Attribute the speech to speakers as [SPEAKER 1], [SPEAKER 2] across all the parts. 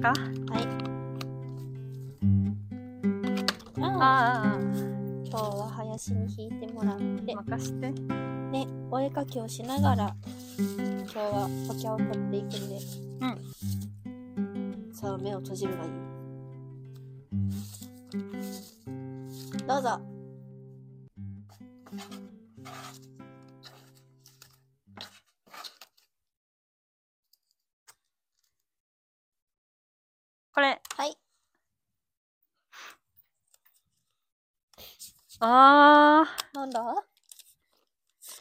[SPEAKER 1] か
[SPEAKER 2] はい。ああ、
[SPEAKER 1] ああ
[SPEAKER 2] 今日は林に引いてもらって、
[SPEAKER 1] 任して
[SPEAKER 2] ね、お絵かきをしながら、今日はお茶を取っていくんで。さあ、目を閉じるがいい。どうぞ。
[SPEAKER 1] これ
[SPEAKER 2] はい。
[SPEAKER 1] ああ
[SPEAKER 2] なんだ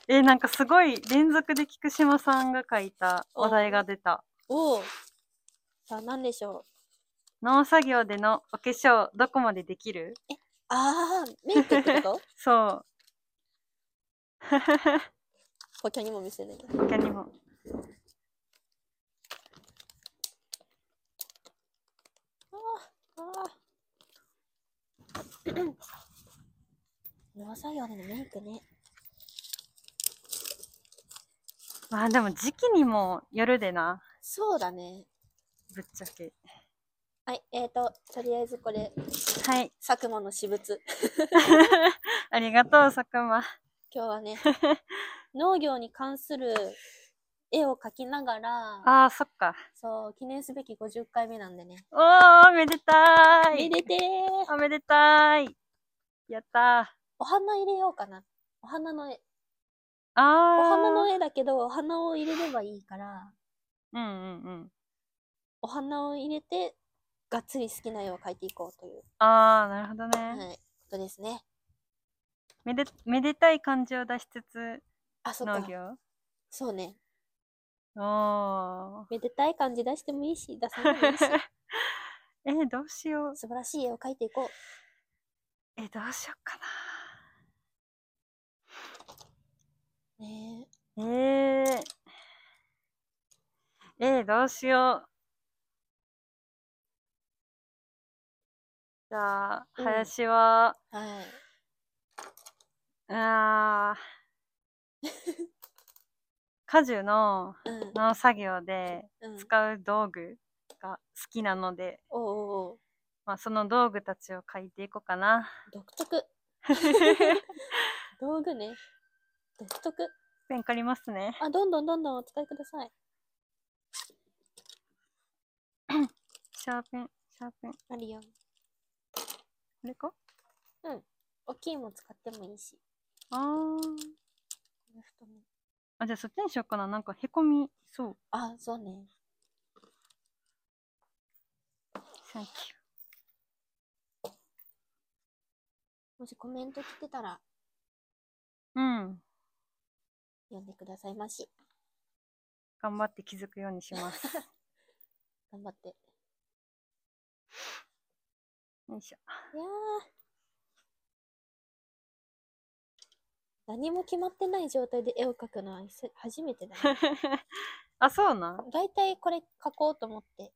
[SPEAKER 1] えなんかすごい連続で菊島さんが書いたお題が出た
[SPEAKER 2] おお。さあ、なんでしょう。
[SPEAKER 1] 農作業でのお化粧どこまでできる
[SPEAKER 2] ああ、メイクってこと
[SPEAKER 1] そう
[SPEAKER 2] ポケにも見せない。
[SPEAKER 1] 他にも
[SPEAKER 2] あー 農作業でのメイクね。
[SPEAKER 1] まあでも時期にもよるでな
[SPEAKER 2] そうだね。
[SPEAKER 1] ぶっちゃけ
[SPEAKER 2] はい、えーと、とりあえずこれ、
[SPEAKER 1] はい
[SPEAKER 2] 佐久間の私物。
[SPEAKER 1] ありがとう佐久間
[SPEAKER 2] 今日は ね、農業に関する絵を描きながら、
[SPEAKER 1] あーそっか
[SPEAKER 2] そう、記念すべき50回目なんでね。
[SPEAKER 1] おーめでたー
[SPEAKER 2] め
[SPEAKER 1] い
[SPEAKER 2] でてー
[SPEAKER 1] おめでたーいやった
[SPEAKER 2] お花入れようかな。お花の絵。
[SPEAKER 1] ーあ
[SPEAKER 2] お
[SPEAKER 1] ー
[SPEAKER 2] 花の絵だけど、お花を入れればいいから、
[SPEAKER 1] うんうんうん
[SPEAKER 2] お花を入れて、がっつり好きな絵を描いていこうという、
[SPEAKER 1] あーなるほどね、
[SPEAKER 2] はい、ことですね。
[SPEAKER 1] めでめでたい感じを出しつつ
[SPEAKER 2] あ、そっ
[SPEAKER 1] 農
[SPEAKER 2] か。
[SPEAKER 1] 業
[SPEAKER 2] そうね。
[SPEAKER 1] おー
[SPEAKER 2] めでたい感じ出してもいいし、出さなくてもいいし。
[SPEAKER 1] えーどうしよう
[SPEAKER 2] 素晴らしい絵を描いていこう。
[SPEAKER 1] えーどうしようか
[SPEAKER 2] ねえ。
[SPEAKER 1] なえー、えー、どうしようじゃあ
[SPEAKER 2] うん
[SPEAKER 1] 林は、
[SPEAKER 2] はい。
[SPEAKER 1] あー果樹の
[SPEAKER 2] うん。
[SPEAKER 1] 農作業で
[SPEAKER 2] うん。
[SPEAKER 1] 使う道具が好きなので、
[SPEAKER 2] おうおうおう
[SPEAKER 1] まあ、その道具たちを書いていこう かな
[SPEAKER 2] 独特。道具ね。独特。
[SPEAKER 1] ペン借りますね
[SPEAKER 2] あ、どんどんどんどんお使いください。
[SPEAKER 1] シャーペンシャーペンこ
[SPEAKER 2] あるよ。
[SPEAKER 1] れか
[SPEAKER 2] 大きいも使ってもいいし。
[SPEAKER 1] あー
[SPEAKER 2] この太め
[SPEAKER 1] あじゃあそっちにしようかななんかへこみそう
[SPEAKER 2] あ、そうね。
[SPEAKER 1] Thank you
[SPEAKER 2] もしコメント来てたら
[SPEAKER 1] うん
[SPEAKER 2] 読んでくださいまし。
[SPEAKER 1] 頑張って気づくようにします
[SPEAKER 2] 頑張って。い
[SPEAKER 1] よいしょ
[SPEAKER 2] やー。何も決まってない状態で絵を描くのはせ初めてだね。
[SPEAKER 1] あそうなん
[SPEAKER 2] だいたいこれ描こうと思って描いて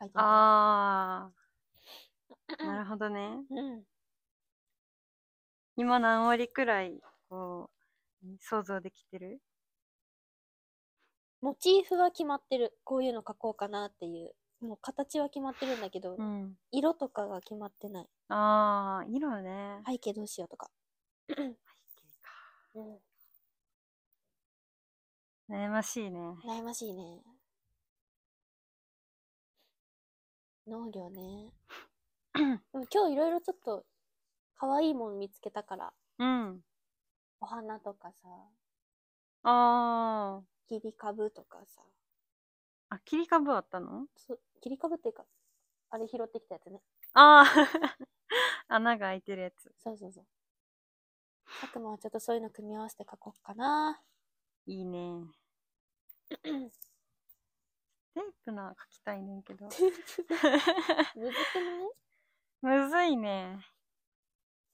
[SPEAKER 2] みた
[SPEAKER 1] あーなるほどね
[SPEAKER 2] うん。
[SPEAKER 1] 今何割くらいこう想像できてる
[SPEAKER 2] モチーフは決まってる。こういうの描こうかなっていう。もう形は決まってるんだけど、
[SPEAKER 1] うん
[SPEAKER 2] 色とかが決まってない。
[SPEAKER 1] ああ色ね
[SPEAKER 2] 背景どうしようとか。うん。
[SPEAKER 1] 悩ましいね
[SPEAKER 2] 悩ましいね。農業 ね。でも今日いろいろちょっと可愛いもん見つけたから、
[SPEAKER 1] うん
[SPEAKER 2] お花とかさ、
[SPEAKER 1] あー
[SPEAKER 2] 切り株とかさ、
[SPEAKER 1] あ切り株あったの
[SPEAKER 2] そ切り株っていうか、あれ拾ってきたやつね。
[SPEAKER 1] ああ 穴が開いてるやつ
[SPEAKER 2] そうそうそう。佐久間はちょっとそういうの組み合わせて描こうか な。
[SPEAKER 1] いいねテープな書きたいねんけど
[SPEAKER 2] むずくない
[SPEAKER 1] むずいね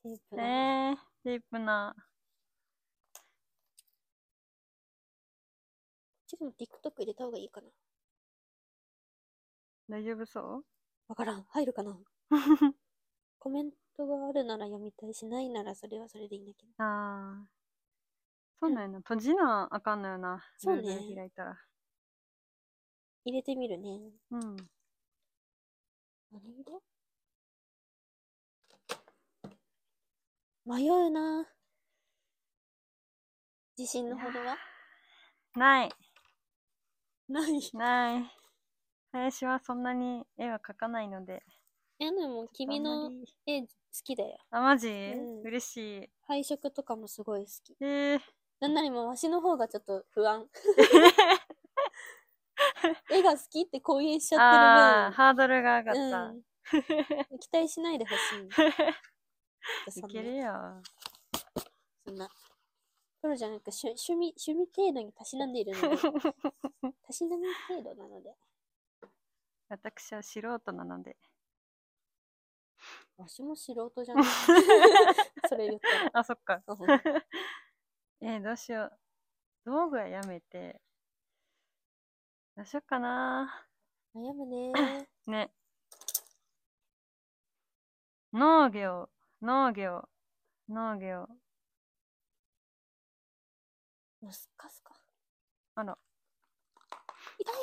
[SPEAKER 2] テープ
[SPEAKER 1] え
[SPEAKER 2] が
[SPEAKER 1] ー、テープな
[SPEAKER 2] ちょっと TikTok 入れた方がいいかな。
[SPEAKER 1] 大丈夫そう
[SPEAKER 2] わからん。入るかなコメントがあるなら読みたいし、ないならそれはそれでいいんだけど。
[SPEAKER 1] ああ。そうなんやな。閉じなあかんのよな。
[SPEAKER 2] そうね
[SPEAKER 1] Google 開いたら。
[SPEAKER 2] 入れてみるね。
[SPEAKER 1] うん。
[SPEAKER 2] 何色迷うな自信のほどは
[SPEAKER 1] ない、
[SPEAKER 2] ない。
[SPEAKER 1] ない。林はそんなに絵は描かないので。
[SPEAKER 2] え、でも君の絵好きだよ。
[SPEAKER 1] あ、マジ、
[SPEAKER 2] うん
[SPEAKER 1] 嬉しい。
[SPEAKER 2] 配色とかもすごい好き。
[SPEAKER 1] えー、
[SPEAKER 2] なんなら今わしの方がちょっと不 安。絵が好きって公言しちゃ
[SPEAKER 1] あー
[SPEAKER 2] って
[SPEAKER 1] ハードルが上が
[SPEAKER 2] る分。
[SPEAKER 1] った。
[SPEAKER 2] うん、期待しないでほしい。
[SPEAKER 1] いけるよ。
[SPEAKER 2] そんな。プロじゃなく趣趣味、趣味程度にたしなんでいる ので、たしなみ程度なので。
[SPEAKER 1] 私は素人なので。
[SPEAKER 2] わしも素人じ ゃない。 それ言ったら。
[SPEAKER 1] あ、そっ か。
[SPEAKER 2] うん
[SPEAKER 1] えー、どうしよう。道具はやめて。どうしようかな。
[SPEAKER 2] 悩むね。
[SPEAKER 1] ね。農業、農業、農業。
[SPEAKER 2] もうすっか すか。
[SPEAKER 1] あら。
[SPEAKER 2] 痛い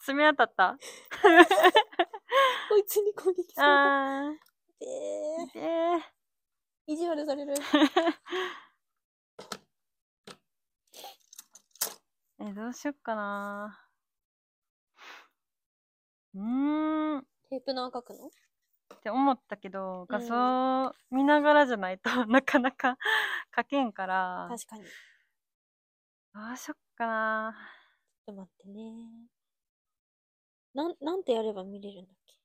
[SPEAKER 1] 爪当たった
[SPEAKER 2] こいつに攻撃された。
[SPEAKER 1] あ
[SPEAKER 2] え
[SPEAKER 1] ー、
[SPEAKER 2] ー
[SPEAKER 1] いてー。
[SPEAKER 2] 意地悪さ れる。
[SPEAKER 1] え、どうしよっかな。うーんっ
[SPEAKER 2] テープの赤くの
[SPEAKER 1] て思ったけど、画像見ながらじゃないと なかなか書けんから、
[SPEAKER 2] 確かに。ち
[SPEAKER 1] どうしよっかな。
[SPEAKER 2] ょっと待ってね。なん、なんてやれば見れるんだっけ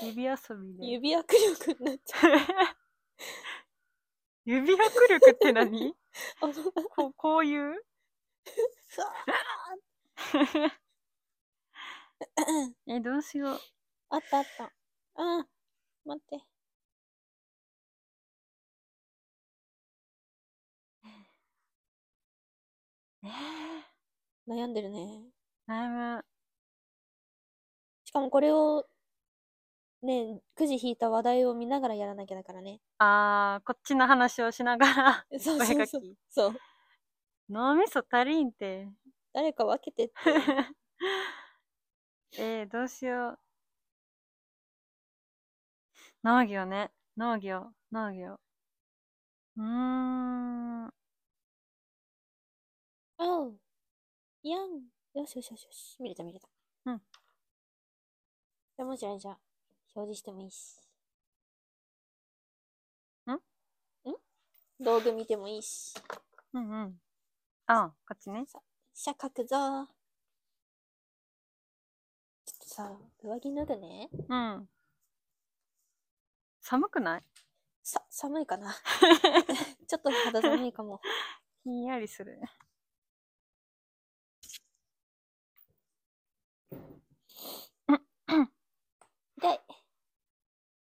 [SPEAKER 1] 指遊びで。
[SPEAKER 2] 指握力になっちゃう。
[SPEAKER 1] 指握力って何
[SPEAKER 2] あの、ふわ
[SPEAKER 1] こうこういう
[SPEAKER 2] ー
[SPEAKER 1] え、どうしよう。
[SPEAKER 2] あったあった。あー待って。
[SPEAKER 1] えー、
[SPEAKER 2] 悩んでるね。
[SPEAKER 1] 悩む。
[SPEAKER 2] しかもこれを、ね、くじ引いた話題を見ながらやらなきゃだからね。
[SPEAKER 1] あー、こっちの話をしながら、
[SPEAKER 2] そう
[SPEAKER 1] お絵
[SPEAKER 2] そう
[SPEAKER 1] 描
[SPEAKER 2] そう。
[SPEAKER 1] き。
[SPEAKER 2] そう。
[SPEAKER 1] 脳みそ足りんて。
[SPEAKER 2] 誰か分けてって。
[SPEAKER 1] えー、どうしよう。農業ね。農業、農業。うーん。
[SPEAKER 2] おう。やん。よしよしよしよし。見れた見れた。
[SPEAKER 1] うん
[SPEAKER 2] じゃあもちろんじゃあ、表示してもいいし。
[SPEAKER 1] ん
[SPEAKER 2] ん道具見てもいいし。
[SPEAKER 1] うんうん。あ、こっちね。
[SPEAKER 2] しゃ、書くぞー。ちょっとさ、上着脱ぐね。
[SPEAKER 1] うん。寒くない
[SPEAKER 2] さ、寒いか な。 ちょっと肌寒いかも。
[SPEAKER 1] ひんやりする。
[SPEAKER 2] 痛い。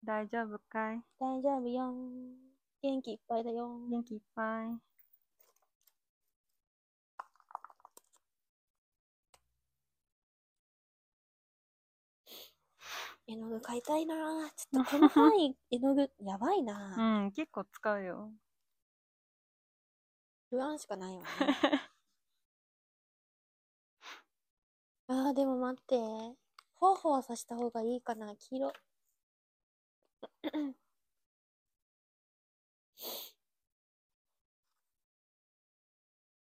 [SPEAKER 1] 大丈夫かい
[SPEAKER 2] 大丈夫よん。元気いっぱいだよん。
[SPEAKER 1] 元気いっぱい。
[SPEAKER 2] 絵の具買いたいなー。ちょっとこの範 囲、絵の具、やばいなー。
[SPEAKER 1] うん、結構使 うよ。
[SPEAKER 2] 不安しかないわ、ね。ああ、でも待って。ほわほわさせた方がいいかな、黄色。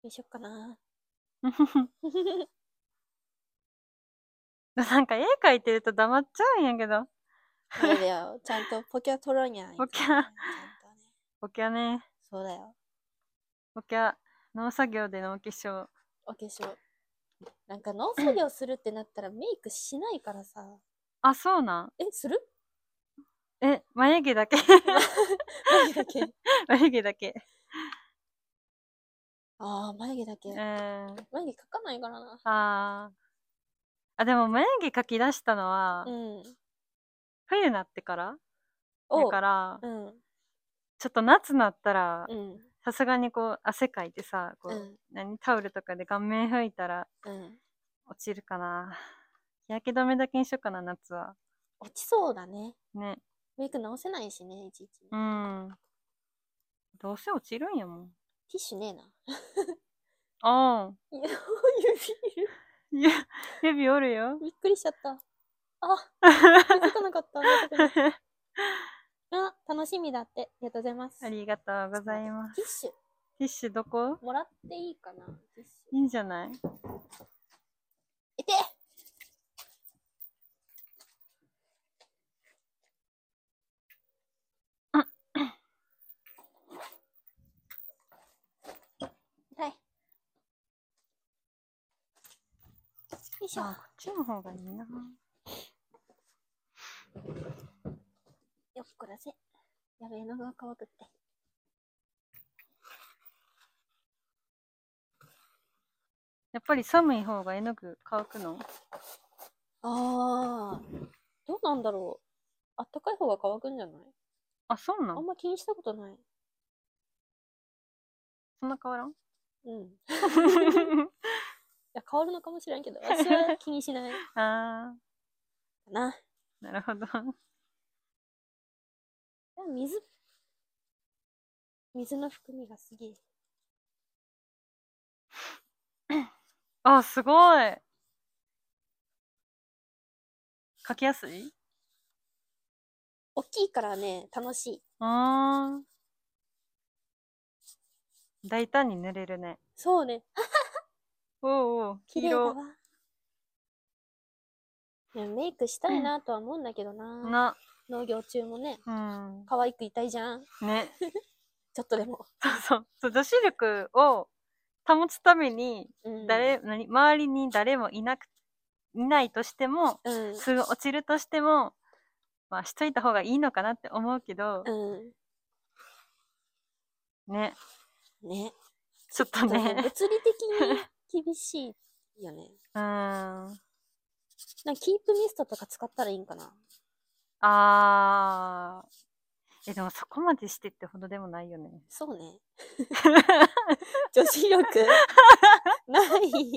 [SPEAKER 2] でしょっかな。
[SPEAKER 1] なんか絵描いてると黙っちゃうんやけど。
[SPEAKER 2] あれだよ。ちゃんとポケは取らにゃいけない。
[SPEAKER 1] ポケは
[SPEAKER 2] ちゃんとね。
[SPEAKER 1] ボキャね。
[SPEAKER 2] そうだよ。
[SPEAKER 1] ボキャ。農作業でのお化粧。
[SPEAKER 2] お化粧。なんか農作業するってなったらメイクしないからさ。
[SPEAKER 1] あ、そうなん。
[SPEAKER 2] え、する
[SPEAKER 1] え、眉毛だけ。
[SPEAKER 2] 眉毛だけ。
[SPEAKER 1] 眉毛だけ。
[SPEAKER 2] ああ、眉毛だけ
[SPEAKER 1] え。ー、
[SPEAKER 2] 眉毛描かないからな。
[SPEAKER 1] あーあ、でも眉毛描き出したのは、
[SPEAKER 2] うん。
[SPEAKER 1] 冬になってからだ
[SPEAKER 2] お
[SPEAKER 1] から、
[SPEAKER 2] うん。
[SPEAKER 1] ちょっと夏になったら、
[SPEAKER 2] うん。
[SPEAKER 1] さすがにこう、汗かいてさ、こう、
[SPEAKER 2] うん。
[SPEAKER 1] 何、タオルとかで顔面拭いたら
[SPEAKER 2] うん。
[SPEAKER 1] 落ちるかな。日焼け止めだけにしようかな、夏は。
[SPEAKER 2] 落ちそうだね。
[SPEAKER 1] ね。
[SPEAKER 2] メイク直せないしね、いちいちね。
[SPEAKER 1] うん。どうせ落ちるんやもん。
[SPEAKER 2] ィッシュねえな。
[SPEAKER 1] ああ。
[SPEAKER 2] いや指いる。
[SPEAKER 1] いや、指おるよ。
[SPEAKER 2] びっくりしちゃった。あ、気づかなか った。あ、楽しみだって。ありがとうございます。
[SPEAKER 1] ありがとうございます。
[SPEAKER 2] ティッシ
[SPEAKER 1] ティッシュどこ
[SPEAKER 2] ュ、もらっていいかなティッシュ。
[SPEAKER 1] いいんじゃない
[SPEAKER 2] いてはい。よいしょ。
[SPEAKER 1] あ、こっちの方がいいな。
[SPEAKER 2] よっこらせ。やべえのが乾くって。
[SPEAKER 1] やっぱり寒い方が絵の具乾くの
[SPEAKER 2] ああ、どうなんだろう。あったかい方が乾くんじゃない
[SPEAKER 1] あ、そうな
[SPEAKER 2] あん
[SPEAKER 1] の
[SPEAKER 2] ま気にしたことない。
[SPEAKER 1] そんな変わらん
[SPEAKER 2] うん。いや、変わるのかもしれんけど、私は気にし ないか
[SPEAKER 1] あ
[SPEAKER 2] な。
[SPEAKER 1] ー、なるほど。
[SPEAKER 2] でも水、水の含みがすげえ。
[SPEAKER 1] あ、すごい書きやすい
[SPEAKER 2] 大きいからね、楽しい。
[SPEAKER 1] あー。大胆に塗れるね。
[SPEAKER 2] そうね、
[SPEAKER 1] おうおう、
[SPEAKER 2] 綺
[SPEAKER 1] 黄
[SPEAKER 2] 麗だわ
[SPEAKER 1] 色。。
[SPEAKER 2] でもメイクしたいなとは思うんだけどな。
[SPEAKER 1] な、
[SPEAKER 2] 農業中もね、
[SPEAKER 1] うん。
[SPEAKER 2] 可愛くいたいじゃん。
[SPEAKER 1] ね。
[SPEAKER 2] ちょっとでも。
[SPEAKER 1] そうそう。そう女子力を保つために、
[SPEAKER 2] うん、
[SPEAKER 1] 誰、何周りに誰もいなく、いないとしても、
[SPEAKER 2] うん。
[SPEAKER 1] すぐ落ちるとしても、まあしといた方がいいのかなって思うけど、
[SPEAKER 2] う
[SPEAKER 1] ね。
[SPEAKER 2] ん。ね。
[SPEAKER 1] ちょっと
[SPEAKER 2] そうね物理
[SPEAKER 1] ね。
[SPEAKER 2] 的に厳しいよね。
[SPEAKER 1] うん。あ
[SPEAKER 2] なんかキープミストとか使ったらいいんかな。
[SPEAKER 1] ー。え、でもそこまでしてってほどでもないよね。
[SPEAKER 2] そうね。 女子力ない。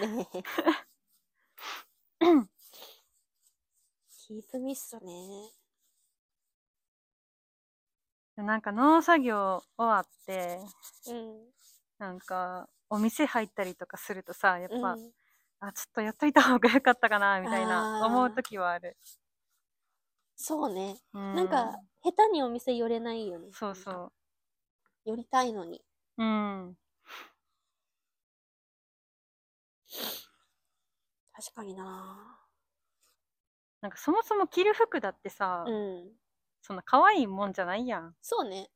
[SPEAKER 2] ねえ。 キープミストね。
[SPEAKER 1] なんか農作業終わって、
[SPEAKER 2] うん。
[SPEAKER 1] なんか、お店入ったりとかするとさ、やっぱ、
[SPEAKER 2] うん
[SPEAKER 1] あ、ちょっとやっといた方がよかったかな、みたいな、
[SPEAKER 2] あー
[SPEAKER 1] 思う時はある。
[SPEAKER 2] そうね。
[SPEAKER 1] うん
[SPEAKER 2] なんか、、下手にお店寄れないよね。。
[SPEAKER 1] そうそう
[SPEAKER 2] 寄りたいのに。
[SPEAKER 1] う。うん。
[SPEAKER 2] 確かにな
[SPEAKER 1] なんかそもそも着る服だってさ、
[SPEAKER 2] うん。
[SPEAKER 1] そんな可愛いもんじゃないやん。
[SPEAKER 2] そうね。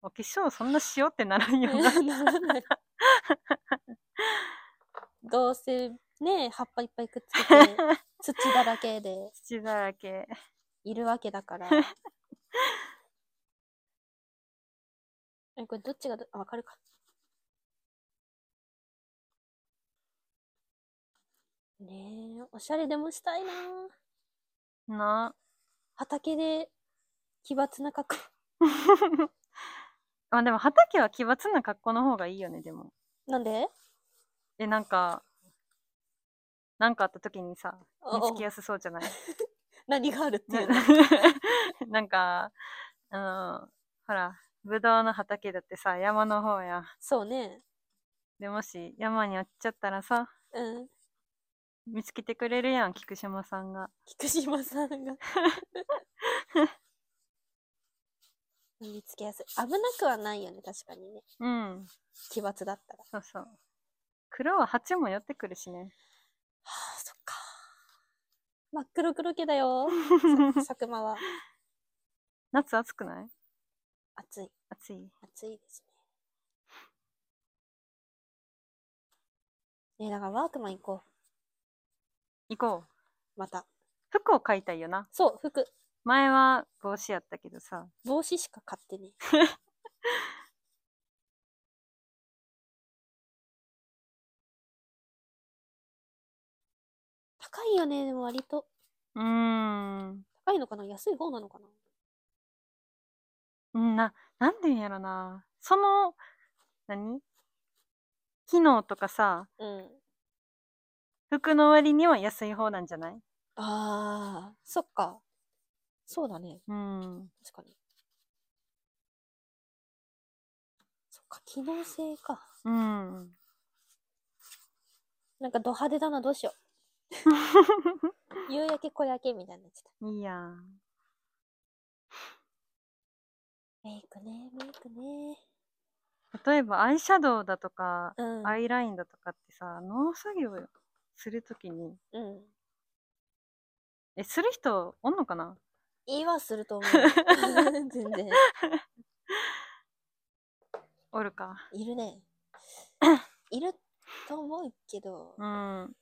[SPEAKER 1] お化粧そんなしようってならんよな。
[SPEAKER 2] ならない。 どうせね、葉っぱいっぱいくっつけ て、土だらけで
[SPEAKER 1] 土だらけ。
[SPEAKER 2] いるわけだから。 え、これどっちがど、あ、わかるか。ねえ、おしゃれでもしたいな
[SPEAKER 1] な。
[SPEAKER 2] 畑で奇抜な格好。
[SPEAKER 1] あ、でも畑は奇抜な格好の方がいいよね、でも。
[SPEAKER 2] なんで
[SPEAKER 1] え、なんか、なんかあった時にさ、
[SPEAKER 2] お
[SPEAKER 1] 見つけやすそうじゃない
[SPEAKER 2] 何があるっていう の。
[SPEAKER 1] なんか、あの、ほら、ぶどうの畑だってさ、山の方や。
[SPEAKER 2] そうね。
[SPEAKER 1] で、もし山に落ちちゃったらさ、
[SPEAKER 2] うん。
[SPEAKER 1] 見つけてくれるやん、菊島さんが。
[SPEAKER 2] 菊島さん が見つけやすい危なくはないよね確かにね
[SPEAKER 1] うん、
[SPEAKER 2] 奇抜だったら
[SPEAKER 1] そうそう。黒は蜂も寄ってくるしね。
[SPEAKER 2] はあそっか真っ黒黒系だ よ佐久間は
[SPEAKER 1] 夏暑くない
[SPEAKER 2] 暑い
[SPEAKER 1] 暑い。
[SPEAKER 2] 暑いですねねえだからワークマン行こ
[SPEAKER 1] 行こう。
[SPEAKER 2] うまた
[SPEAKER 1] 服を買いたいよな。
[SPEAKER 2] そう服
[SPEAKER 1] 前は帽子やったけどさ。
[SPEAKER 2] 帽子しか買ってねえ 高いよねでも割と
[SPEAKER 1] うーん。
[SPEAKER 2] 高いのかな安い方なのかな
[SPEAKER 1] うんな、なんて言うんやろな。その、何機能とかさ、
[SPEAKER 2] うん
[SPEAKER 1] 服の割には安い方なんじゃない
[SPEAKER 2] あーそっかそうだね
[SPEAKER 1] うん。
[SPEAKER 2] 確かにか、機能性か。
[SPEAKER 1] うん。
[SPEAKER 2] なんかド派手だな、どうしよう。夕焼け小焼けみたいになっちゃっ
[SPEAKER 1] いいやん。
[SPEAKER 2] た。メイクね、メイクね。
[SPEAKER 1] 例えばアイシャドウだとか、
[SPEAKER 2] うん。
[SPEAKER 1] アイラインだとかってさ、農作業するときに、
[SPEAKER 2] うん。
[SPEAKER 1] え、する人おんのかな
[SPEAKER 2] 言いはすると 思う。全然。
[SPEAKER 1] おるか。
[SPEAKER 2] いるね。いると思うけど、
[SPEAKER 1] うん。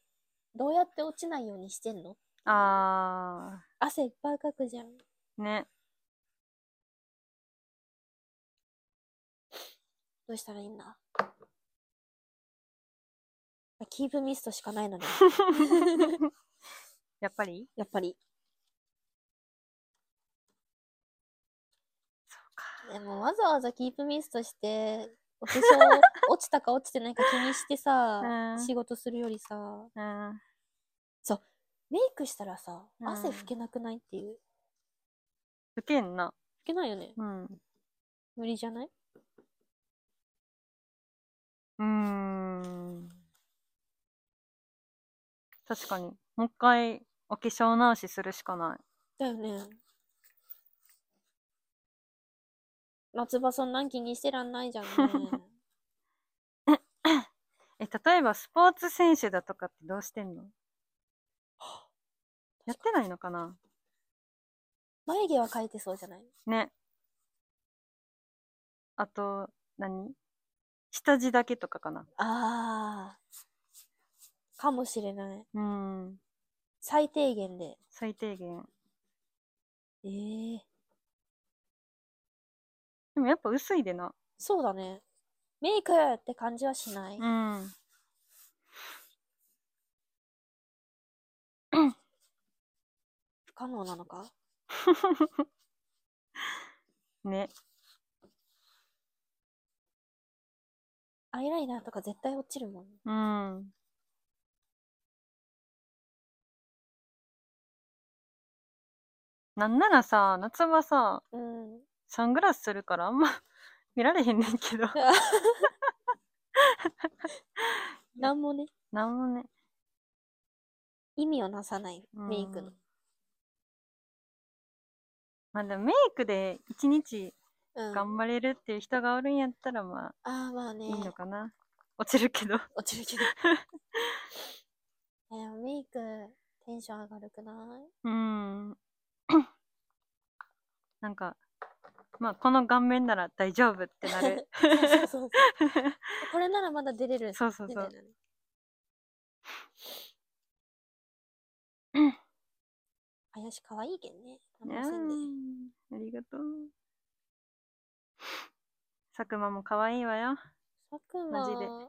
[SPEAKER 2] どうやって落ちないようにしてんの
[SPEAKER 1] あ
[SPEAKER 2] 汗いっぱいかくじゃん。
[SPEAKER 1] ー、ね。
[SPEAKER 2] どうしたらいいん だキープミストしかない のね。
[SPEAKER 1] やっぱり
[SPEAKER 2] やっぱり。
[SPEAKER 1] そうか。
[SPEAKER 2] でもわざわざキープミストして、お 化粧落ちたか落ちてないか気にしてさ、
[SPEAKER 1] うん。
[SPEAKER 2] 仕事するよりさ、
[SPEAKER 1] うん。
[SPEAKER 2] メイクしたらさ、
[SPEAKER 1] うん
[SPEAKER 2] 汗拭けなくないっていう。
[SPEAKER 1] 受けんな。
[SPEAKER 2] 拭けないよね。
[SPEAKER 1] うん。
[SPEAKER 2] 無理じゃない
[SPEAKER 1] ーん。確かに。もう一回、お化粧直しするしかない。
[SPEAKER 2] だよね。夏場そんなん気にしてらんないじゃんね。
[SPEAKER 1] え、例えばスポーツ選手だとかってどうしてんの やってないのかな
[SPEAKER 2] 眉毛は描いてそうじゃない
[SPEAKER 1] ね。あと、何下地だけとかかな
[SPEAKER 2] ああ。かもしれない。
[SPEAKER 1] うん。
[SPEAKER 2] 最低限で。
[SPEAKER 1] 最低限。
[SPEAKER 2] ええ
[SPEAKER 1] でもやっぱ薄いでな。
[SPEAKER 2] そうだね。メイクって感じはしない。
[SPEAKER 1] うん。
[SPEAKER 2] 不可能なのか
[SPEAKER 1] ね。
[SPEAKER 2] アイライナーとか絶対落ちるもん。
[SPEAKER 1] うん。なんならさ、夏場さ、
[SPEAKER 2] うん。
[SPEAKER 1] サングラスするからあんま 見られへんねんけど。
[SPEAKER 2] なんもね、
[SPEAKER 1] なんもね。
[SPEAKER 2] 意味をなさない、
[SPEAKER 1] うん
[SPEAKER 2] メイクの。
[SPEAKER 1] まあでもメイクで一日
[SPEAKER 2] うん。あ
[SPEAKER 1] 頑張れるっていう人がおるんやったらまあ
[SPEAKER 2] あー、まあね
[SPEAKER 1] いい。のかな。落ちるけど。
[SPEAKER 2] 落ちるけ ど。えーメイク、テンション上がるくない
[SPEAKER 1] うん。 なんか、まあこの顔面なら大丈夫ってな る。
[SPEAKER 2] そうそうそう。これならまだ出れる。
[SPEAKER 1] そうそう
[SPEAKER 2] み
[SPEAKER 1] そ
[SPEAKER 2] た
[SPEAKER 1] う
[SPEAKER 2] い。なね。林可愛いけんね。あんませんで
[SPEAKER 1] うんありがとう。佐久間も可愛いわよ。
[SPEAKER 2] さくん
[SPEAKER 1] マジで
[SPEAKER 2] は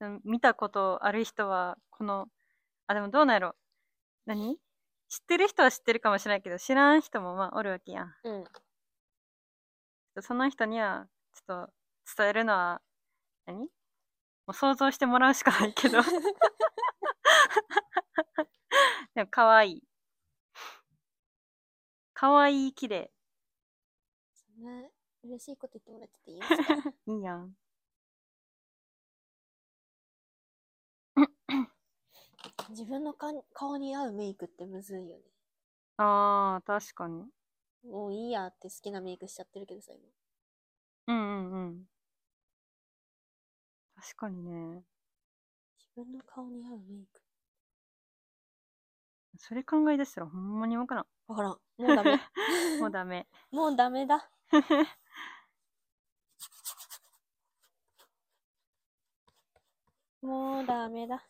[SPEAKER 1] うん見たことある人は、この、あ、でもどうなんやろ。何知ってる人は知ってるかもしれないけど、知らん人もまあおるわけやん。
[SPEAKER 2] うん。
[SPEAKER 1] その人には、ちょっと伝えるのは、何もう想像してもらうしかない けど。でも可愛い。可愛い綺麗。
[SPEAKER 2] そんな嬉しいこと言ってもらってていいですか
[SPEAKER 1] いいやん。
[SPEAKER 2] 自分のかん顔に合うメイクってむずいよね。
[SPEAKER 1] ああ、確かに。
[SPEAKER 2] もういいやって好きなメイクしちゃってるけどさ、今。
[SPEAKER 1] うんうんうん。確かにね。
[SPEAKER 2] 自分の顔に合うメイク。
[SPEAKER 1] それ考え出したらほんまにわからん。
[SPEAKER 2] わからん。もうダ メ。
[SPEAKER 1] も
[SPEAKER 2] も
[SPEAKER 1] うダメ。
[SPEAKER 2] うダメ だ。もうダメだ。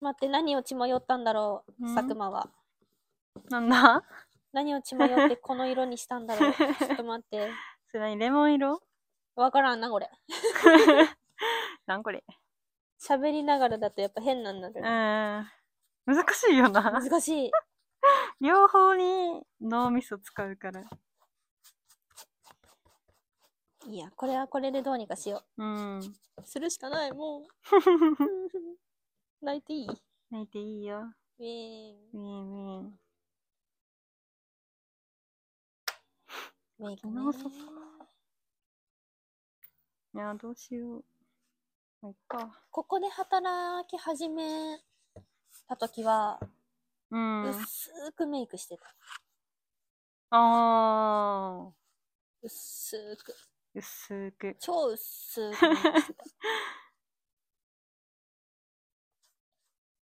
[SPEAKER 2] 待って、何を血迷ったんだろう、
[SPEAKER 1] うん
[SPEAKER 2] 佐久間は。
[SPEAKER 1] なんだ
[SPEAKER 2] 何を血迷ってこの色にしたんだ ろう。ちょっと待って。
[SPEAKER 1] それ何レモン色
[SPEAKER 2] わからんな、これ。
[SPEAKER 1] なんこれ。
[SPEAKER 2] 喋りながらだとやっぱ変なんだ
[SPEAKER 1] う
[SPEAKER 2] け
[SPEAKER 1] ん。
[SPEAKER 2] ど。
[SPEAKER 1] 難しいよな。
[SPEAKER 2] 難しい。
[SPEAKER 1] 両方に脳みそ使うから。
[SPEAKER 2] いや、これはこれでどうにかしよ
[SPEAKER 1] うん。
[SPEAKER 2] う。するしかない、も う。泣いていい
[SPEAKER 1] 泣いていいよ。
[SPEAKER 2] ウィーン。
[SPEAKER 1] ウィンウィン。
[SPEAKER 2] メイクね
[SPEAKER 1] 昨日そっいやー、どうしよう。まあ、いっか。
[SPEAKER 2] ここで働き始めた時は、
[SPEAKER 1] うん。あ
[SPEAKER 2] 薄くメイクしてた。
[SPEAKER 1] あー、
[SPEAKER 2] 薄く。
[SPEAKER 1] 薄く。
[SPEAKER 2] 超薄くメイク してた。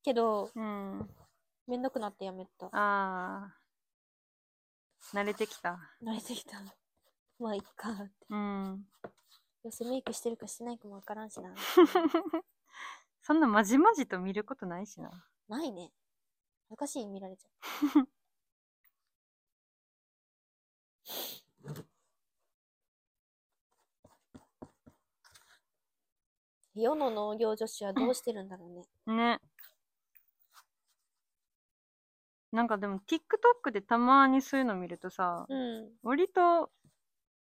[SPEAKER 2] けど、
[SPEAKER 1] うん。
[SPEAKER 2] めんどくなってやめた。
[SPEAKER 1] ああ。慣れてきた。
[SPEAKER 2] 慣れてきた。まあ、いっかって。
[SPEAKER 1] うん。
[SPEAKER 2] どうせメイクしてるかしてないかもわからん しな。
[SPEAKER 1] そんなまじまじと見ることないしな。
[SPEAKER 2] ないね。恥ずかしい見られちゃ う。世の農業女子はどうしてるんだろうね。
[SPEAKER 1] ね。なんかでも TikTok でたまにそういうの見るとさ、
[SPEAKER 2] うん。
[SPEAKER 1] 割と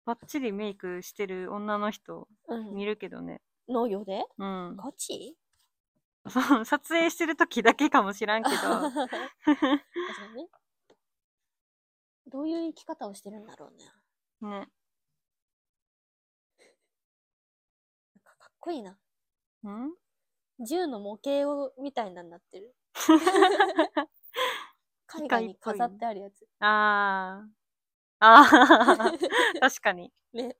[SPEAKER 1] バッチリメイクしてる女の人
[SPEAKER 2] うん、
[SPEAKER 1] 見るけどね。
[SPEAKER 2] 農業で
[SPEAKER 1] うん。
[SPEAKER 2] ガチ
[SPEAKER 1] そう撮影してる時だけかもしらんけど。
[SPEAKER 2] 確かにね。どういう生き方をしてるんだろうね。
[SPEAKER 1] ね。
[SPEAKER 2] なんかかっこいいな。
[SPEAKER 1] うん
[SPEAKER 2] 銃の模型をみたいなんなって る。絵画に飾ってあるやつ。
[SPEAKER 1] ああ。ああ。 確かに。
[SPEAKER 2] ね。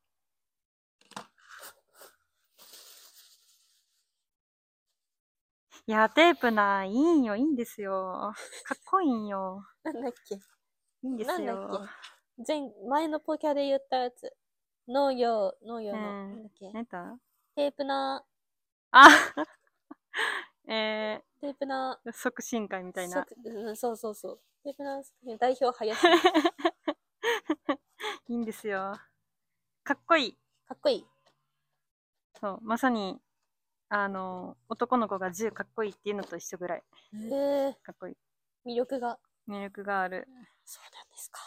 [SPEAKER 1] いや、テープな、いいんよ、いいんですよ。かっこいいんよ。
[SPEAKER 2] なんだっけ
[SPEAKER 1] いいんです
[SPEAKER 2] なんだ
[SPEAKER 1] よ
[SPEAKER 2] っ。け前前のポキャで言ったやつ。農業、農業の、
[SPEAKER 1] うん
[SPEAKER 2] なんだっけ
[SPEAKER 1] 何だ
[SPEAKER 2] テープな、
[SPEAKER 1] あ え
[SPEAKER 2] テープな、
[SPEAKER 1] ー、促進会みたいな。
[SPEAKER 2] 即うん、そうそうそう。テープな、代表林。か
[SPEAKER 1] いいんですよ。かっこいい。
[SPEAKER 2] っこいい。
[SPEAKER 1] そう、まさに、あの、男の子が銃かっこいいっていうのと一緒ぐらい。
[SPEAKER 2] へえ
[SPEAKER 1] かっこいい。
[SPEAKER 2] 魅力が。
[SPEAKER 1] 魅力がある。
[SPEAKER 2] そうなんですか。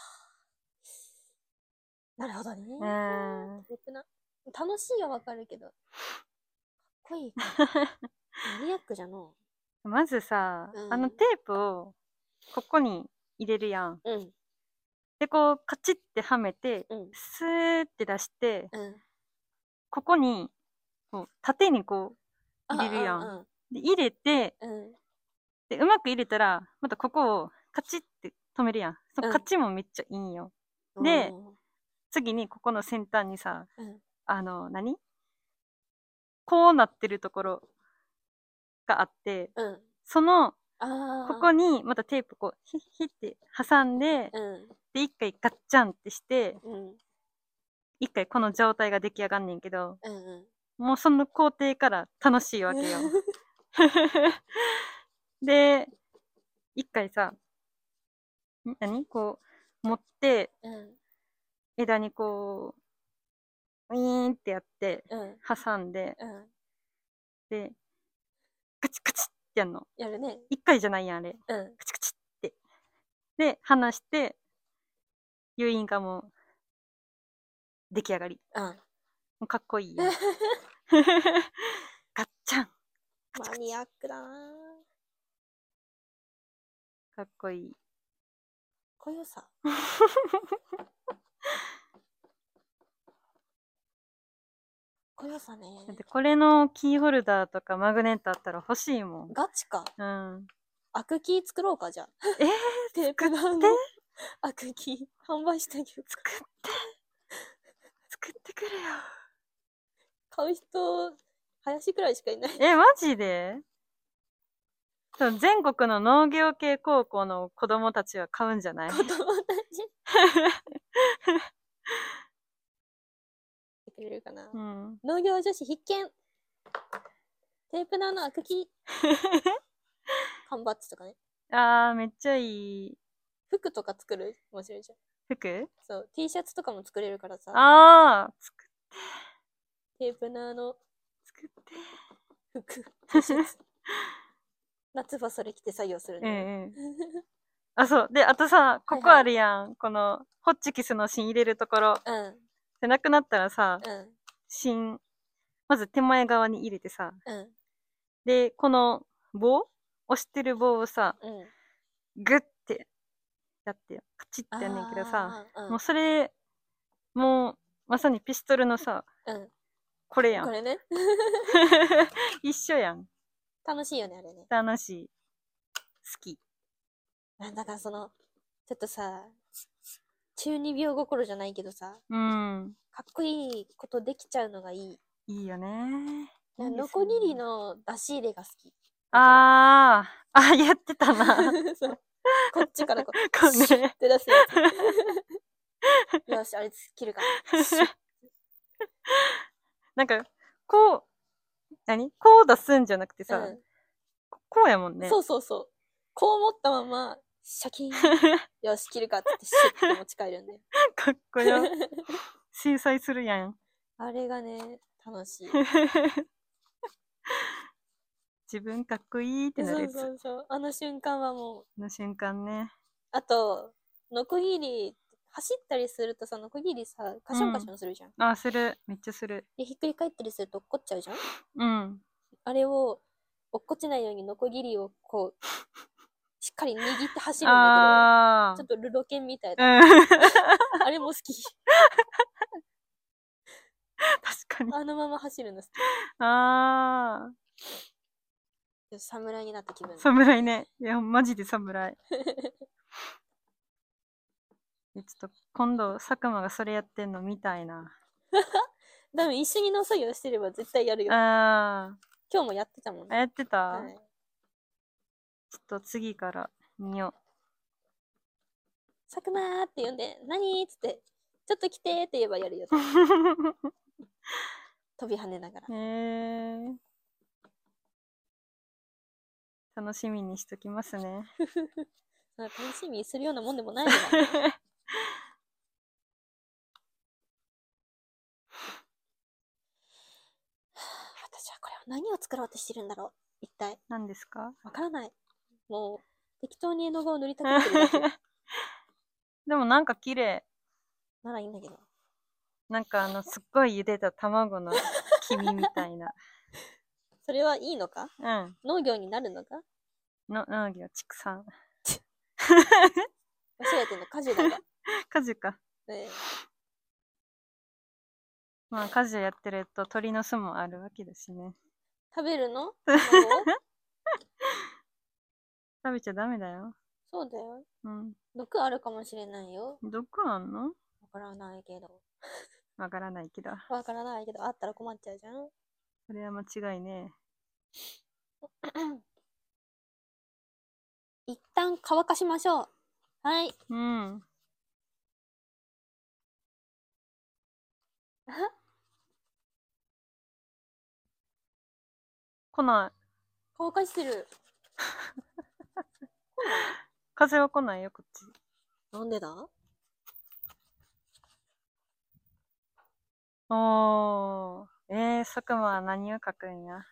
[SPEAKER 2] なるほどね。
[SPEAKER 1] うん
[SPEAKER 2] テープな。楽しいはわかるけど、かっこいいか。 マニアックじゃの
[SPEAKER 1] まずさ、
[SPEAKER 2] うん
[SPEAKER 1] あのテープを、ここに入れるや
[SPEAKER 2] う。
[SPEAKER 1] ん。
[SPEAKER 2] うん、
[SPEAKER 1] で、こう、カチッてはめて、
[SPEAKER 2] うん、
[SPEAKER 1] スーって出して、
[SPEAKER 2] うん。
[SPEAKER 1] ここに、こう、縦にこ
[SPEAKER 2] あ
[SPEAKER 1] 入れるやん
[SPEAKER 2] うん。
[SPEAKER 1] う、で入れて、
[SPEAKER 2] うん。
[SPEAKER 1] で、うまく入れたら、またここをカチッて止めるやん。その
[SPEAKER 2] うん
[SPEAKER 1] カチもめっちゃいいんよ。
[SPEAKER 2] うん
[SPEAKER 1] で、次にここの先端にさ、
[SPEAKER 2] うん
[SPEAKER 1] あの、何こうなってるところがあって、
[SPEAKER 2] うん。
[SPEAKER 1] その、
[SPEAKER 2] ああ。
[SPEAKER 1] ここにまたテープこう、ヒッヒッって挟んで、
[SPEAKER 2] うん。
[SPEAKER 1] で、一回ガッチャンってして、
[SPEAKER 2] うん。
[SPEAKER 1] 一回この状態が出来上がんねんけど、
[SPEAKER 2] うんうん。
[SPEAKER 1] もうその工程から楽しい わけよ。で、一回さ、ん何こう、持って、
[SPEAKER 2] うん。
[SPEAKER 1] 枝にこう、ウィーンってやって、
[SPEAKER 2] うん。
[SPEAKER 1] 挟んで、
[SPEAKER 2] うん。
[SPEAKER 1] で、カチカチってやんの。
[SPEAKER 2] やるね。
[SPEAKER 1] 一回じゃないやん、あれ。
[SPEAKER 2] うん。
[SPEAKER 1] カチカチって。で、離して、誘引がもう、出来上がり。
[SPEAKER 2] うん。
[SPEAKER 1] もうかっこいいよ。 ガッチャン
[SPEAKER 2] マニアックだな
[SPEAKER 1] かっこいい。
[SPEAKER 2] こよ さ。こよさね。
[SPEAKER 1] だってこれのキーホルダーとかマグネットあったら欲しいもん。
[SPEAKER 2] ガチか。
[SPEAKER 1] うん。
[SPEAKER 2] アクキー作ろうか、じゃあ。
[SPEAKER 1] えー、
[SPEAKER 2] テープなのアクキー。販売してあげようか。
[SPEAKER 1] 作って。作ってくれよ。
[SPEAKER 2] 買う人、林くらいしかいない。
[SPEAKER 1] え、マジで多分全国の農業系高校の子供たちは買うんじゃない
[SPEAKER 2] 子供たち。 てくれるかな
[SPEAKER 1] う。ん。
[SPEAKER 2] 農業女子必見テープナーのアク キ缶バッジとかね
[SPEAKER 1] あー、めっちゃいい。
[SPEAKER 2] 服とか作る面白いじゃん
[SPEAKER 1] 服
[SPEAKER 2] そう T シャツとかも作れるからさ
[SPEAKER 1] あー、作っ
[SPEAKER 2] テープナーの
[SPEAKER 1] 作って。
[SPEAKER 2] 服 T シャツ 夏場それ着て作業する
[SPEAKER 1] うん
[SPEAKER 2] ね、
[SPEAKER 1] うん。あ、そう。で、あとさ、ここあるやん。この、ホッチキスの芯入れるところ。
[SPEAKER 2] うん、うん
[SPEAKER 1] で、なくなったらさ、
[SPEAKER 2] うん
[SPEAKER 1] 芯、まず手前側に入れてさ、
[SPEAKER 2] うん
[SPEAKER 1] で、この棒押してる棒をさ、
[SPEAKER 2] うん
[SPEAKER 1] グッてやって、カチッてやんねんけどさ、
[SPEAKER 2] あーうん
[SPEAKER 1] もうそれもう、まさにピストルのさ、
[SPEAKER 2] うん。
[SPEAKER 1] これや
[SPEAKER 2] こ
[SPEAKER 1] ん。
[SPEAKER 2] れね。
[SPEAKER 1] 一緒やん。
[SPEAKER 2] 楽しいよね、あれね。
[SPEAKER 1] 楽しい。好き。
[SPEAKER 2] なんだからその、ちょっとさ、中二病心じゃないけどさ、
[SPEAKER 1] うん。
[SPEAKER 2] かっこいいことできちゃうのがいい。
[SPEAKER 1] いいよね。いいですよね
[SPEAKER 2] ノコギリの出し入れが好 き。
[SPEAKER 1] あー、あ、やってた
[SPEAKER 2] あ
[SPEAKER 1] な。
[SPEAKER 2] そうこっちからこう、
[SPEAKER 1] こうね
[SPEAKER 2] って出すやつ。よし、あれ切るか。
[SPEAKER 1] なんか、こう、何こう出すんじゃなくてさ、
[SPEAKER 2] うん
[SPEAKER 1] こうやもんね。
[SPEAKER 2] そうそうそう。こう持ったまま、シャ キーン。よし、切るかってって、シュッて持ち帰るんだよ。
[SPEAKER 1] かっこ よ。制裁するやん。
[SPEAKER 2] あれがね、楽しい。
[SPEAKER 1] 自分かっこいいってなる
[SPEAKER 2] そ
[SPEAKER 1] や
[SPEAKER 2] う
[SPEAKER 1] つ。
[SPEAKER 2] そうそう。あの瞬間はもう、
[SPEAKER 1] の瞬間ね。
[SPEAKER 2] あと、ノコギリ、走ったりするとさ、ノコギリさ、カションカションするじゃん。
[SPEAKER 1] あ、する。めっちゃする。
[SPEAKER 2] で、ひっくり返ったりすると落っこっちゃうじゃん。
[SPEAKER 1] うん。
[SPEAKER 2] あれを、落っこちないようにノコギリをこう、しっかり握って走るんだ
[SPEAKER 1] あ
[SPEAKER 2] け
[SPEAKER 1] あ
[SPEAKER 2] ど、ちょっとルロケンみたいな。
[SPEAKER 1] ー。うん。
[SPEAKER 2] あれも好き。
[SPEAKER 1] 確かに。
[SPEAKER 2] あのまま走るの好
[SPEAKER 1] ああ。
[SPEAKER 2] き。侍になった気分。
[SPEAKER 1] 侍ね。いや、マジで侍。 えちょっと、今度、佐久間がそれやってんの見たいな。
[SPEAKER 2] 多分一緒に農作業してれば絶対やるよ。
[SPEAKER 1] あ
[SPEAKER 2] 今日もやってたもん
[SPEAKER 1] あ。。やってた、
[SPEAKER 2] はい
[SPEAKER 1] ちょっと次から見よ
[SPEAKER 2] 佐久間ーって呼んで、何っつって、ちょっと来てーって言えばやるよ。
[SPEAKER 1] う。
[SPEAKER 2] 飛び跳ねな がら。
[SPEAKER 1] へえ楽しみにしときますね。
[SPEAKER 2] なんか楽しみにするようなもんでもないのだ。私はこれは何を作ろうとしてるんだろう一体。
[SPEAKER 1] 何ですか
[SPEAKER 2] わからない。もう、適当に絵の具を塗りたくってる だけ
[SPEAKER 1] でもなんか綺麗。
[SPEAKER 2] ならいいんだけど。
[SPEAKER 1] なんかあの、すっごい茹でた卵の黄身みたいな。
[SPEAKER 2] それはいいのか
[SPEAKER 1] うん。
[SPEAKER 2] 農業になるのか
[SPEAKER 1] の農業畜産
[SPEAKER 2] わ しがやってんの果樹だ が。
[SPEAKER 1] 果樹か
[SPEAKER 2] ねえ
[SPEAKER 1] まあ果樹やってると鳥の巣もあるわけだしね
[SPEAKER 2] 食べる の卵を
[SPEAKER 1] 食べちゃダメだよ
[SPEAKER 2] そうだよ。
[SPEAKER 1] うん
[SPEAKER 2] 毒あるかもしれないよ。
[SPEAKER 1] 毒あんの
[SPEAKER 2] わからないけど。
[SPEAKER 1] わからないけど
[SPEAKER 2] わからないけど、あったら困っちゃうじゃん。
[SPEAKER 1] それは間違いね
[SPEAKER 2] 一旦乾かしましょう。はい。
[SPEAKER 1] うん来ない
[SPEAKER 2] 乾かしてる。
[SPEAKER 1] 風は来ないよこっち
[SPEAKER 2] なんでだ
[SPEAKER 1] おーえー、佐久間は何を書くんや
[SPEAKER 2] わか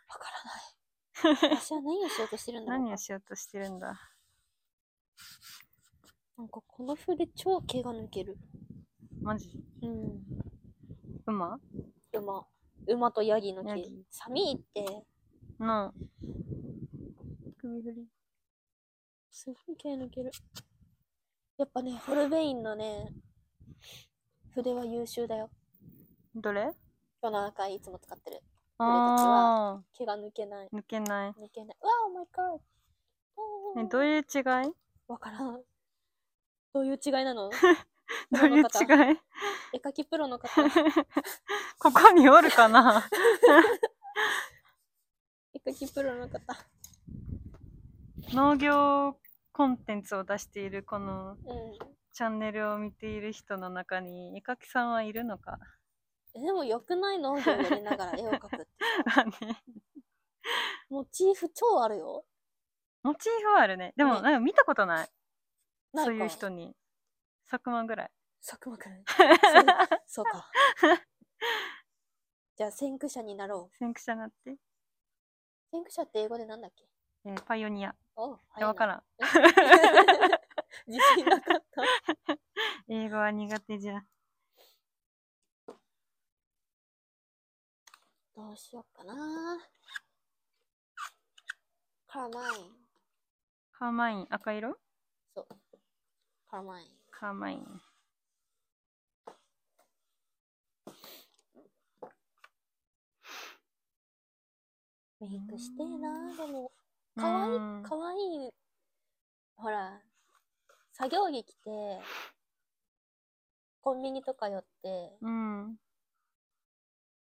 [SPEAKER 2] らない。私は何をしようとしてるんだろう
[SPEAKER 1] 何を
[SPEAKER 2] か。
[SPEAKER 1] しようとしてるんだ
[SPEAKER 2] なんかこの筆超毛が抜ける。
[SPEAKER 1] マジ
[SPEAKER 2] うん。
[SPEAKER 1] 馬
[SPEAKER 2] 馬。馬とヤギの毛
[SPEAKER 1] ヤギ。
[SPEAKER 2] 寒いって、
[SPEAKER 1] の首振り
[SPEAKER 2] すごい毛抜ける。やっぱね、ホルベインのね、筆は優秀だよ。
[SPEAKER 1] どれ
[SPEAKER 2] 世の中いつも使ってる。俺たち
[SPEAKER 1] あ
[SPEAKER 2] は毛が抜けない。
[SPEAKER 1] ー抜けない
[SPEAKER 2] 抜けない。わあ、お前か。
[SPEAKER 1] ね、どういう違い
[SPEAKER 2] わからん。どういう違いなの
[SPEAKER 1] どういう違い
[SPEAKER 2] プロの 絵描きプロの方。絵
[SPEAKER 1] ここにおるかな
[SPEAKER 2] 描きプロの方。
[SPEAKER 1] 農業コンテンツを出しているこの
[SPEAKER 2] うん。
[SPEAKER 1] チャンネルを見ている人の中に絵描きさんはいるの か
[SPEAKER 2] えでもよくない農業やりながら絵を描く って。
[SPEAKER 1] ね
[SPEAKER 2] モチーフ超あるよ。
[SPEAKER 1] モチーフはあるねでも
[SPEAKER 2] ね
[SPEAKER 1] なんか見たことない
[SPEAKER 2] ないか
[SPEAKER 1] そういう人に佐久間ぐらい
[SPEAKER 2] 佐久間くん。 そうそうか。じゃあ先駆者になろ
[SPEAKER 1] 先駆者になって、
[SPEAKER 2] う。先駆者って英語でなんだっけ
[SPEAKER 1] えーパイオニアい
[SPEAKER 2] お
[SPEAKER 1] やわか
[SPEAKER 2] ん。
[SPEAKER 1] らん
[SPEAKER 2] 自信なかった。
[SPEAKER 1] 英語は苦手じゃ
[SPEAKER 2] どうしようかな。カーマイン。
[SPEAKER 1] カーマイン赤色
[SPEAKER 2] そう。カーマイン。
[SPEAKER 1] カーマイン
[SPEAKER 2] メイクしてえなでも可愛い
[SPEAKER 1] うん
[SPEAKER 2] 可愛いほら作業着着てコンビニとか寄って
[SPEAKER 1] うん。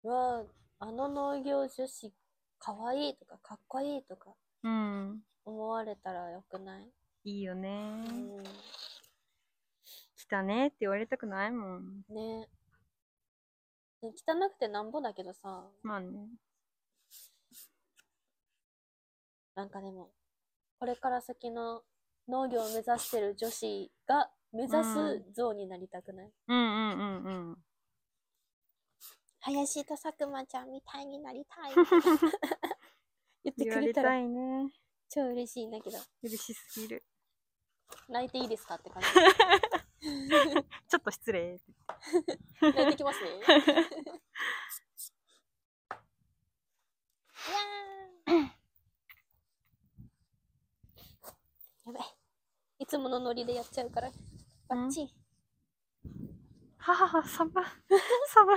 [SPEAKER 2] うわあの農業女子可愛いとかかっこいいとか
[SPEAKER 1] うん。
[SPEAKER 2] 思われたらよくない、
[SPEAKER 1] いいよね。
[SPEAKER 2] うん、
[SPEAKER 1] 来たねって言われたくないもん。
[SPEAKER 2] ねね汚くてなんぼだけどさ
[SPEAKER 1] まあね。
[SPEAKER 2] なんかでもこれから先の農業を目指してる女子が目指す像になりたくない、
[SPEAKER 1] うんうんうんうん。
[SPEAKER 2] 林と佐久間ちゃんみたいになりた い言って
[SPEAKER 1] 言わ
[SPEAKER 2] くれ
[SPEAKER 1] れ
[SPEAKER 2] たら
[SPEAKER 1] たいね。
[SPEAKER 2] 超嬉しいんだけど
[SPEAKER 1] 嬉しすぎる。
[SPEAKER 2] 泣いていいですかって感じ
[SPEAKER 1] ちょっと失礼。
[SPEAKER 2] 泣いてきます ねいやーや べいつものノリでやっちゃうからバッチリ
[SPEAKER 1] ははは、寒い。 寒い。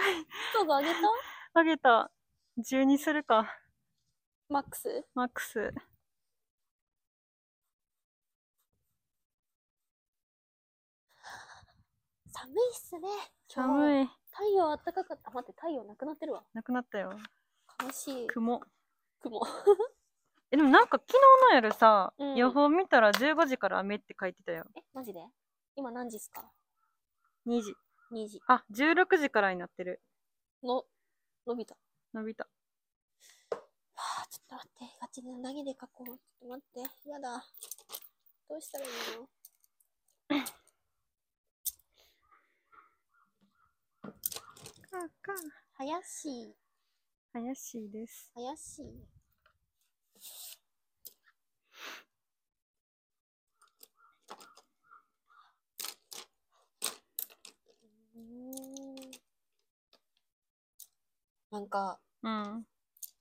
[SPEAKER 2] 今日が上げた
[SPEAKER 1] あげた。12するか。
[SPEAKER 2] マックス
[SPEAKER 1] マックス。
[SPEAKER 2] 寒いっすね今日
[SPEAKER 1] 寒い。
[SPEAKER 2] 太陽あったかかったあ待って太陽なくなってるわ
[SPEAKER 1] なくなったよ。
[SPEAKER 2] 悲しい
[SPEAKER 1] 雲。
[SPEAKER 2] 雲
[SPEAKER 1] え、でもなんか昨日の夜さ、
[SPEAKER 2] うん
[SPEAKER 1] 予報見たら15時から雨って書いてたよ。
[SPEAKER 2] えマジで今何時っすか
[SPEAKER 1] 2時。
[SPEAKER 2] 2時
[SPEAKER 1] あ、16時からになってる。
[SPEAKER 2] の伸びた
[SPEAKER 1] 伸びた。
[SPEAKER 2] はあちょっと待ってガチで何で書こうちょっと待ってやだどうしたらいいの
[SPEAKER 1] かか。
[SPEAKER 2] 林
[SPEAKER 1] 怪しいです。
[SPEAKER 2] 林うーんなんか
[SPEAKER 1] うん。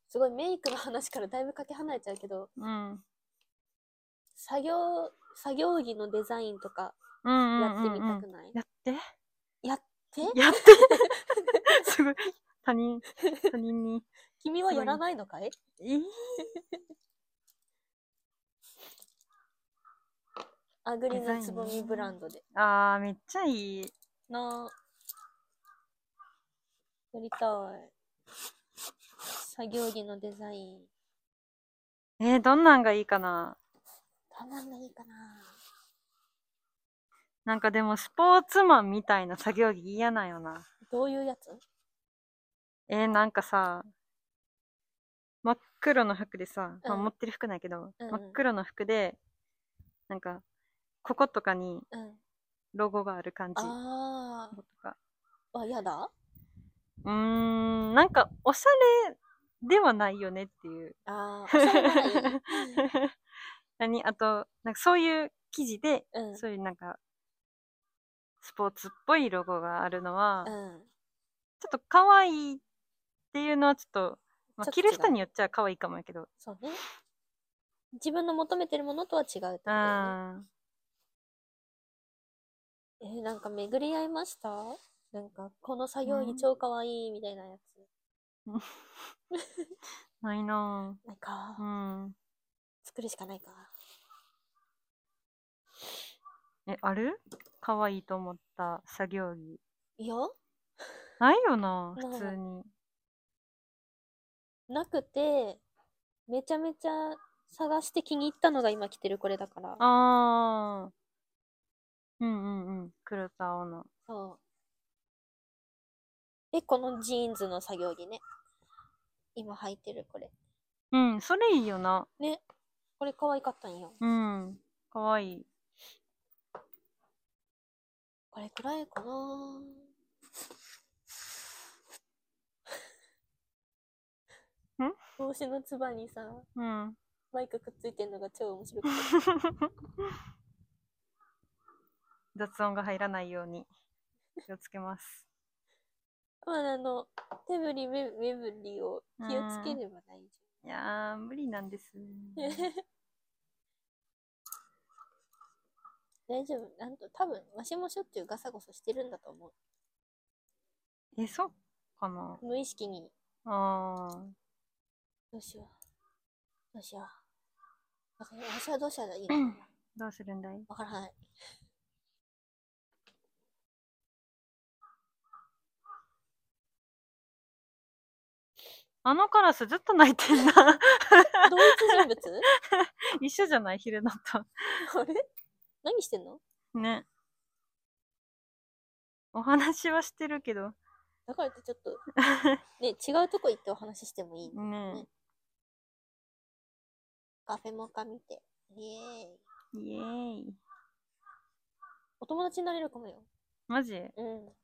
[SPEAKER 2] すごいメイクの話からだいぶかけ離れちゃうけど
[SPEAKER 1] うん。
[SPEAKER 2] 作業作業着のデザインとか
[SPEAKER 1] うん
[SPEAKER 2] やってみ
[SPEAKER 1] うんうん
[SPEAKER 2] た
[SPEAKER 1] うん
[SPEAKER 2] くない、
[SPEAKER 1] やって
[SPEAKER 2] やって
[SPEAKER 1] やっ てすごい。他人、他人に。
[SPEAKER 2] 君はやらないのかい
[SPEAKER 1] えー
[SPEAKER 2] アグリ
[SPEAKER 1] デザイ
[SPEAKER 2] な
[SPEAKER 1] ンね
[SPEAKER 2] つぼみブランドで
[SPEAKER 1] あー、めっちゃいい。
[SPEAKER 2] なあやりたい作業着のデザイン
[SPEAKER 1] えー、どんなんがいいかな
[SPEAKER 2] たまんないいかな
[SPEAKER 1] なんかでもスポーツマンみたいな作業着嫌なんよな。
[SPEAKER 2] どういうやつ
[SPEAKER 1] えー、なんかさ、真っ黒の服でさ、まあ、
[SPEAKER 2] うん
[SPEAKER 1] 持ってる服ないけど、
[SPEAKER 2] うんうん
[SPEAKER 1] 真っ黒の服で、なんか、こことかに
[SPEAKER 2] うん
[SPEAKER 1] ロゴがある感じ。こ
[SPEAKER 2] あ
[SPEAKER 1] ことか。
[SPEAKER 2] ーあやだ
[SPEAKER 1] うーん、なんか、おしゃれではないよねっていう。
[SPEAKER 2] あー おしゃれならいい
[SPEAKER 1] 何あと、なんかそういう記事で、
[SPEAKER 2] うん
[SPEAKER 1] そういうなんか、スポーツっぽいロゴがあるのは、ちょ
[SPEAKER 2] うん
[SPEAKER 1] っと可愛いっていうのはちょっと、まあ、
[SPEAKER 2] ち
[SPEAKER 1] 着
[SPEAKER 2] ょっと違う
[SPEAKER 1] る人によっちゃ可愛いかもやけど、
[SPEAKER 2] そうね自分の求めてるものとは違うってこと
[SPEAKER 1] う
[SPEAKER 2] だよね
[SPEAKER 1] ん。
[SPEAKER 2] えーなんか巡り合いましたなんかこの作業
[SPEAKER 1] う
[SPEAKER 2] 着
[SPEAKER 1] ん
[SPEAKER 2] 超かわいいみたいなや
[SPEAKER 1] ないな
[SPEAKER 2] つないか、
[SPEAKER 1] ぁ。うん。
[SPEAKER 2] 作るしかないか
[SPEAKER 1] え、ある可愛いと思った作業着。
[SPEAKER 2] いや
[SPEAKER 1] ないよな
[SPEAKER 2] ない
[SPEAKER 1] 普通に。
[SPEAKER 2] なくてめちゃめちゃ探して気に入ったのが今着てるこれだから
[SPEAKER 1] あー。うんうんうん。黒と青の。
[SPEAKER 2] そうえこのジーンズの作業着ね今履いてるこれ
[SPEAKER 1] うん、それいいよな。
[SPEAKER 2] ねこれ可愛かったんよ
[SPEAKER 1] うん。可愛いい。
[SPEAKER 2] これくらいかな
[SPEAKER 1] うん
[SPEAKER 2] 帽子のつばにさ
[SPEAKER 1] うん。
[SPEAKER 2] マイクくっついてんのが超面 白くて
[SPEAKER 1] 雑音が入らないように気をつけます。
[SPEAKER 2] まああの手振り目目振りを気をつければ大丈
[SPEAKER 1] いやー、無理なん です。
[SPEAKER 2] 夫大丈夫なんと多分わしもしょっちゅうガサゴソしてるんだと思
[SPEAKER 1] え、そうかな
[SPEAKER 2] う無意識に
[SPEAKER 1] あー。
[SPEAKER 2] どうしよどうしよう。わかんない私はどうしたらいいのかな
[SPEAKER 1] どうするんだい
[SPEAKER 2] わからない。
[SPEAKER 1] あのカラスずっと泣いてん
[SPEAKER 2] 同一
[SPEAKER 1] な。
[SPEAKER 2] 人物
[SPEAKER 1] 一緒じゃない昼のと。
[SPEAKER 2] あれ何してんの
[SPEAKER 1] ね。お話はしてるけど。
[SPEAKER 2] だからってちょっと、ね、違うとこ行ってお話ししてもいい
[SPEAKER 1] ね
[SPEAKER 2] カフェモカ見て。イエーイ。
[SPEAKER 1] え。イエーイ。
[SPEAKER 2] お友達になれるかもよ。
[SPEAKER 1] マジ
[SPEAKER 2] うん。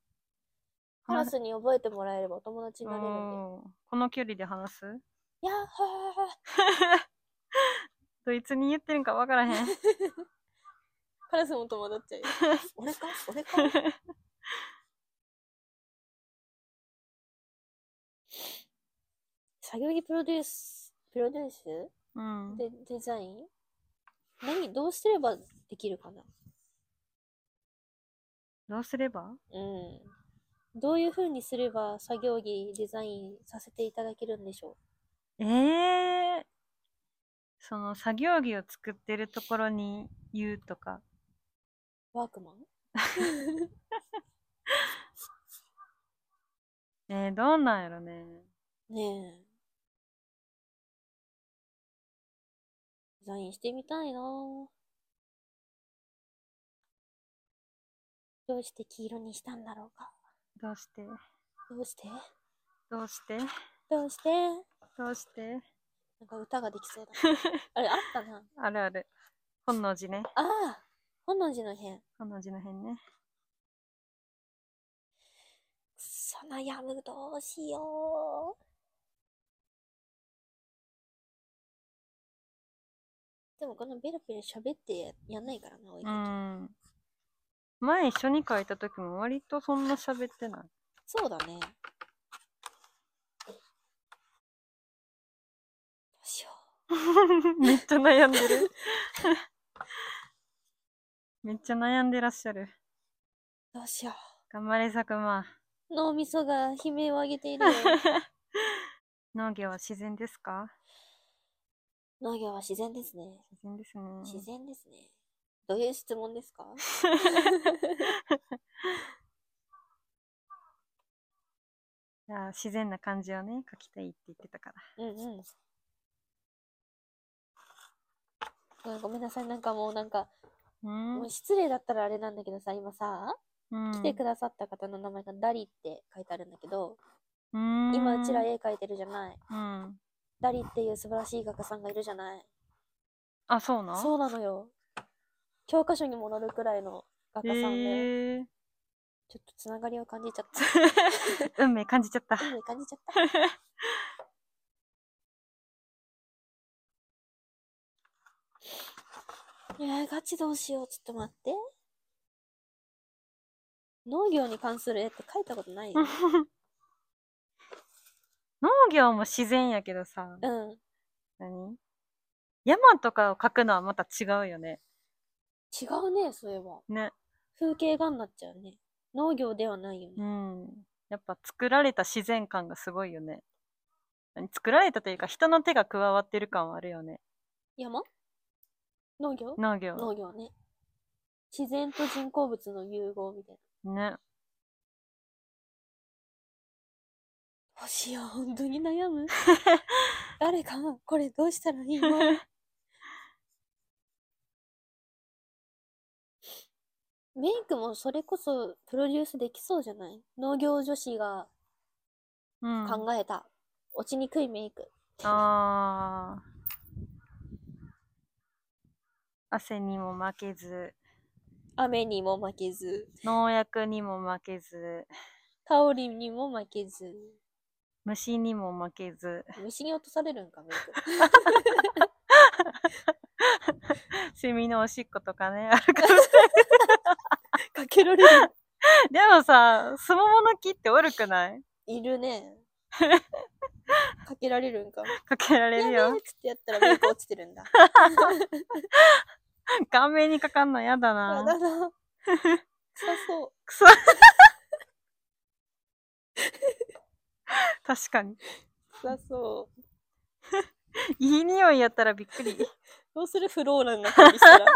[SPEAKER 2] カラスに覚えてもらえればお友達になれるんで。
[SPEAKER 1] おーこの距離で話す
[SPEAKER 2] やっほー
[SPEAKER 1] どいつに言ってるんかわからへん。
[SPEAKER 2] カラスも戸惑っちゃうよ。俺か俺か 作業着プロデュース、プロデュース
[SPEAKER 1] うん。
[SPEAKER 2] でデザイン何どうすればできるかな
[SPEAKER 1] どうすれば
[SPEAKER 2] うん。どういう風にすれば作業着デザインさせていただけるんでしょ
[SPEAKER 1] ええー。その作業着を作ってるところに言うとか。
[SPEAKER 2] うワークマン
[SPEAKER 1] えー、どうなんやろね。
[SPEAKER 2] ねえ。デザインしてみたいなぁどうして黄色にしたんだろうか
[SPEAKER 1] どうして
[SPEAKER 2] どうして
[SPEAKER 1] どうして
[SPEAKER 2] どうしてな
[SPEAKER 1] どうして
[SPEAKER 2] んか歌ができそうだな。あれ、あったな。
[SPEAKER 1] あるある。本能寺ね。
[SPEAKER 2] ああ本能寺の変。く
[SPEAKER 1] 本能寺の辺ね。
[SPEAKER 2] そ悩む、どうしよう。でもこのベラベラ喋ってややんないからな、おいうこと
[SPEAKER 1] ん。前一緒に書いた時も割とそんな喋ってない。
[SPEAKER 2] そうだね。どうしよ
[SPEAKER 1] めっちゃ悩んでる。 めっちゃ悩んでらっしゃる。
[SPEAKER 2] う。どうしよ
[SPEAKER 1] 頑張れ、佐久間。
[SPEAKER 2] う。脳みそが悲鳴を上げているよ。
[SPEAKER 1] 農業は自然ですか
[SPEAKER 2] 農業は自然ですね。
[SPEAKER 1] 自然です
[SPEAKER 2] 自
[SPEAKER 1] ね。
[SPEAKER 2] 然ですね。どういう質問ですか
[SPEAKER 1] いや自然な感じをね、書きたいって言ってたから。
[SPEAKER 2] うんうん。ごめんごめんなさい。なんかもうなんか、
[SPEAKER 1] うん
[SPEAKER 2] もう。失礼だったらあれなんだけどさ、今さ、
[SPEAKER 1] うん
[SPEAKER 2] 来てくださった方の名前がダリって書いてあるんだけど、
[SPEAKER 1] うん
[SPEAKER 2] 今うちら絵描いてるじゃない。
[SPEAKER 1] うん。
[SPEAKER 2] ダリっていう素晴らしい画家さんがいるじゃない。
[SPEAKER 1] あ、そうなん
[SPEAKER 2] そうなのよ。教科書にも載るくらいの画家さんで、
[SPEAKER 1] えー、
[SPEAKER 2] ちょっとつながりを感じちゃ った。
[SPEAKER 1] 運命感じちゃった。
[SPEAKER 2] 運命感じちゃ った。いやー、ガチどうしよう。ちょっと待って。農業に関する絵って書いたことない よ。
[SPEAKER 1] 農業も自然やけどさ、
[SPEAKER 2] うん。
[SPEAKER 1] 何山とかを描くのはまた違うよね。
[SPEAKER 2] 違うね、そういえば。
[SPEAKER 1] ね。
[SPEAKER 2] 風景画になっちゃうね。農業ではないよ
[SPEAKER 1] う
[SPEAKER 2] ね。
[SPEAKER 1] ん。やっぱ作られた自然感がすごいよね。何作られたというか人の手が加わってる感はあるよね。
[SPEAKER 2] 山農業
[SPEAKER 1] 農業。
[SPEAKER 2] 農業ね。自然と人工物の融合みたいな。
[SPEAKER 1] ね。
[SPEAKER 2] どうしよう、本当に悩む。誰か、これどうしたらいいのメイクもそれこそプロデュースできそうじゃない農業女子が
[SPEAKER 1] うん。
[SPEAKER 2] 考えた、落ちにくいメイク。
[SPEAKER 1] あー。汗にも負けず、
[SPEAKER 2] 雨にも負けず、
[SPEAKER 1] 農薬にも負けず、
[SPEAKER 2] タオルにも負けず、
[SPEAKER 1] 虫にも負けず、
[SPEAKER 2] 虫に落とされるんか、メイク。
[SPEAKER 1] セミのおしっことかね、ある か
[SPEAKER 2] かけられる。
[SPEAKER 1] でもさ、スモモの木って悪くない
[SPEAKER 2] いるね。かけられるんか。
[SPEAKER 1] かけら
[SPEAKER 2] や
[SPEAKER 1] れる
[SPEAKER 2] べえっ
[SPEAKER 1] よ。
[SPEAKER 2] つってやったらメイク落ちてるん だ。
[SPEAKER 1] 顔面にかかんのやだ
[SPEAKER 2] あ
[SPEAKER 1] な。
[SPEAKER 2] だ な。臭そう。
[SPEAKER 1] くそ。確かに。
[SPEAKER 2] 臭そう。
[SPEAKER 1] いい匂いやったらびっくり。
[SPEAKER 2] どうするフローラルな感じ したら。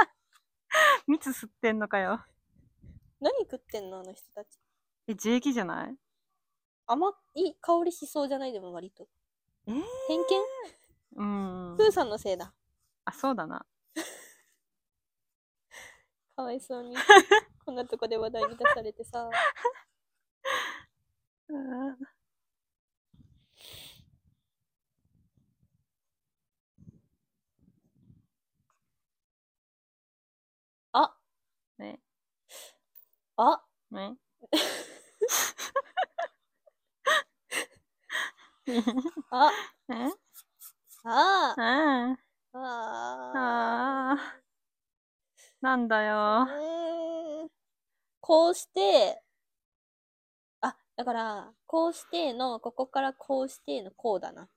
[SPEAKER 1] 蜜吸ってんのかよ。
[SPEAKER 2] 何食ってんのあの人たち。
[SPEAKER 1] え、樹液じゃない
[SPEAKER 2] 甘い香りしそうじゃないでも割と。
[SPEAKER 1] えー
[SPEAKER 2] 偏見
[SPEAKER 1] うん。
[SPEAKER 2] プーさんのせいだ。
[SPEAKER 1] あ、そうだな。
[SPEAKER 2] かわいそう に。こんなとこで話題に出されてさ。
[SPEAKER 1] うん
[SPEAKER 2] あ
[SPEAKER 1] ね、
[SPEAKER 2] あ
[SPEAKER 1] ね。
[SPEAKER 2] あ
[SPEAKER 1] え
[SPEAKER 2] ああ
[SPEAKER 1] うん。
[SPEAKER 2] あ
[SPEAKER 1] ああ。なんだよ。
[SPEAKER 2] うーんこうして、あ、だから、こうしての、ここからこうしてのこうだな。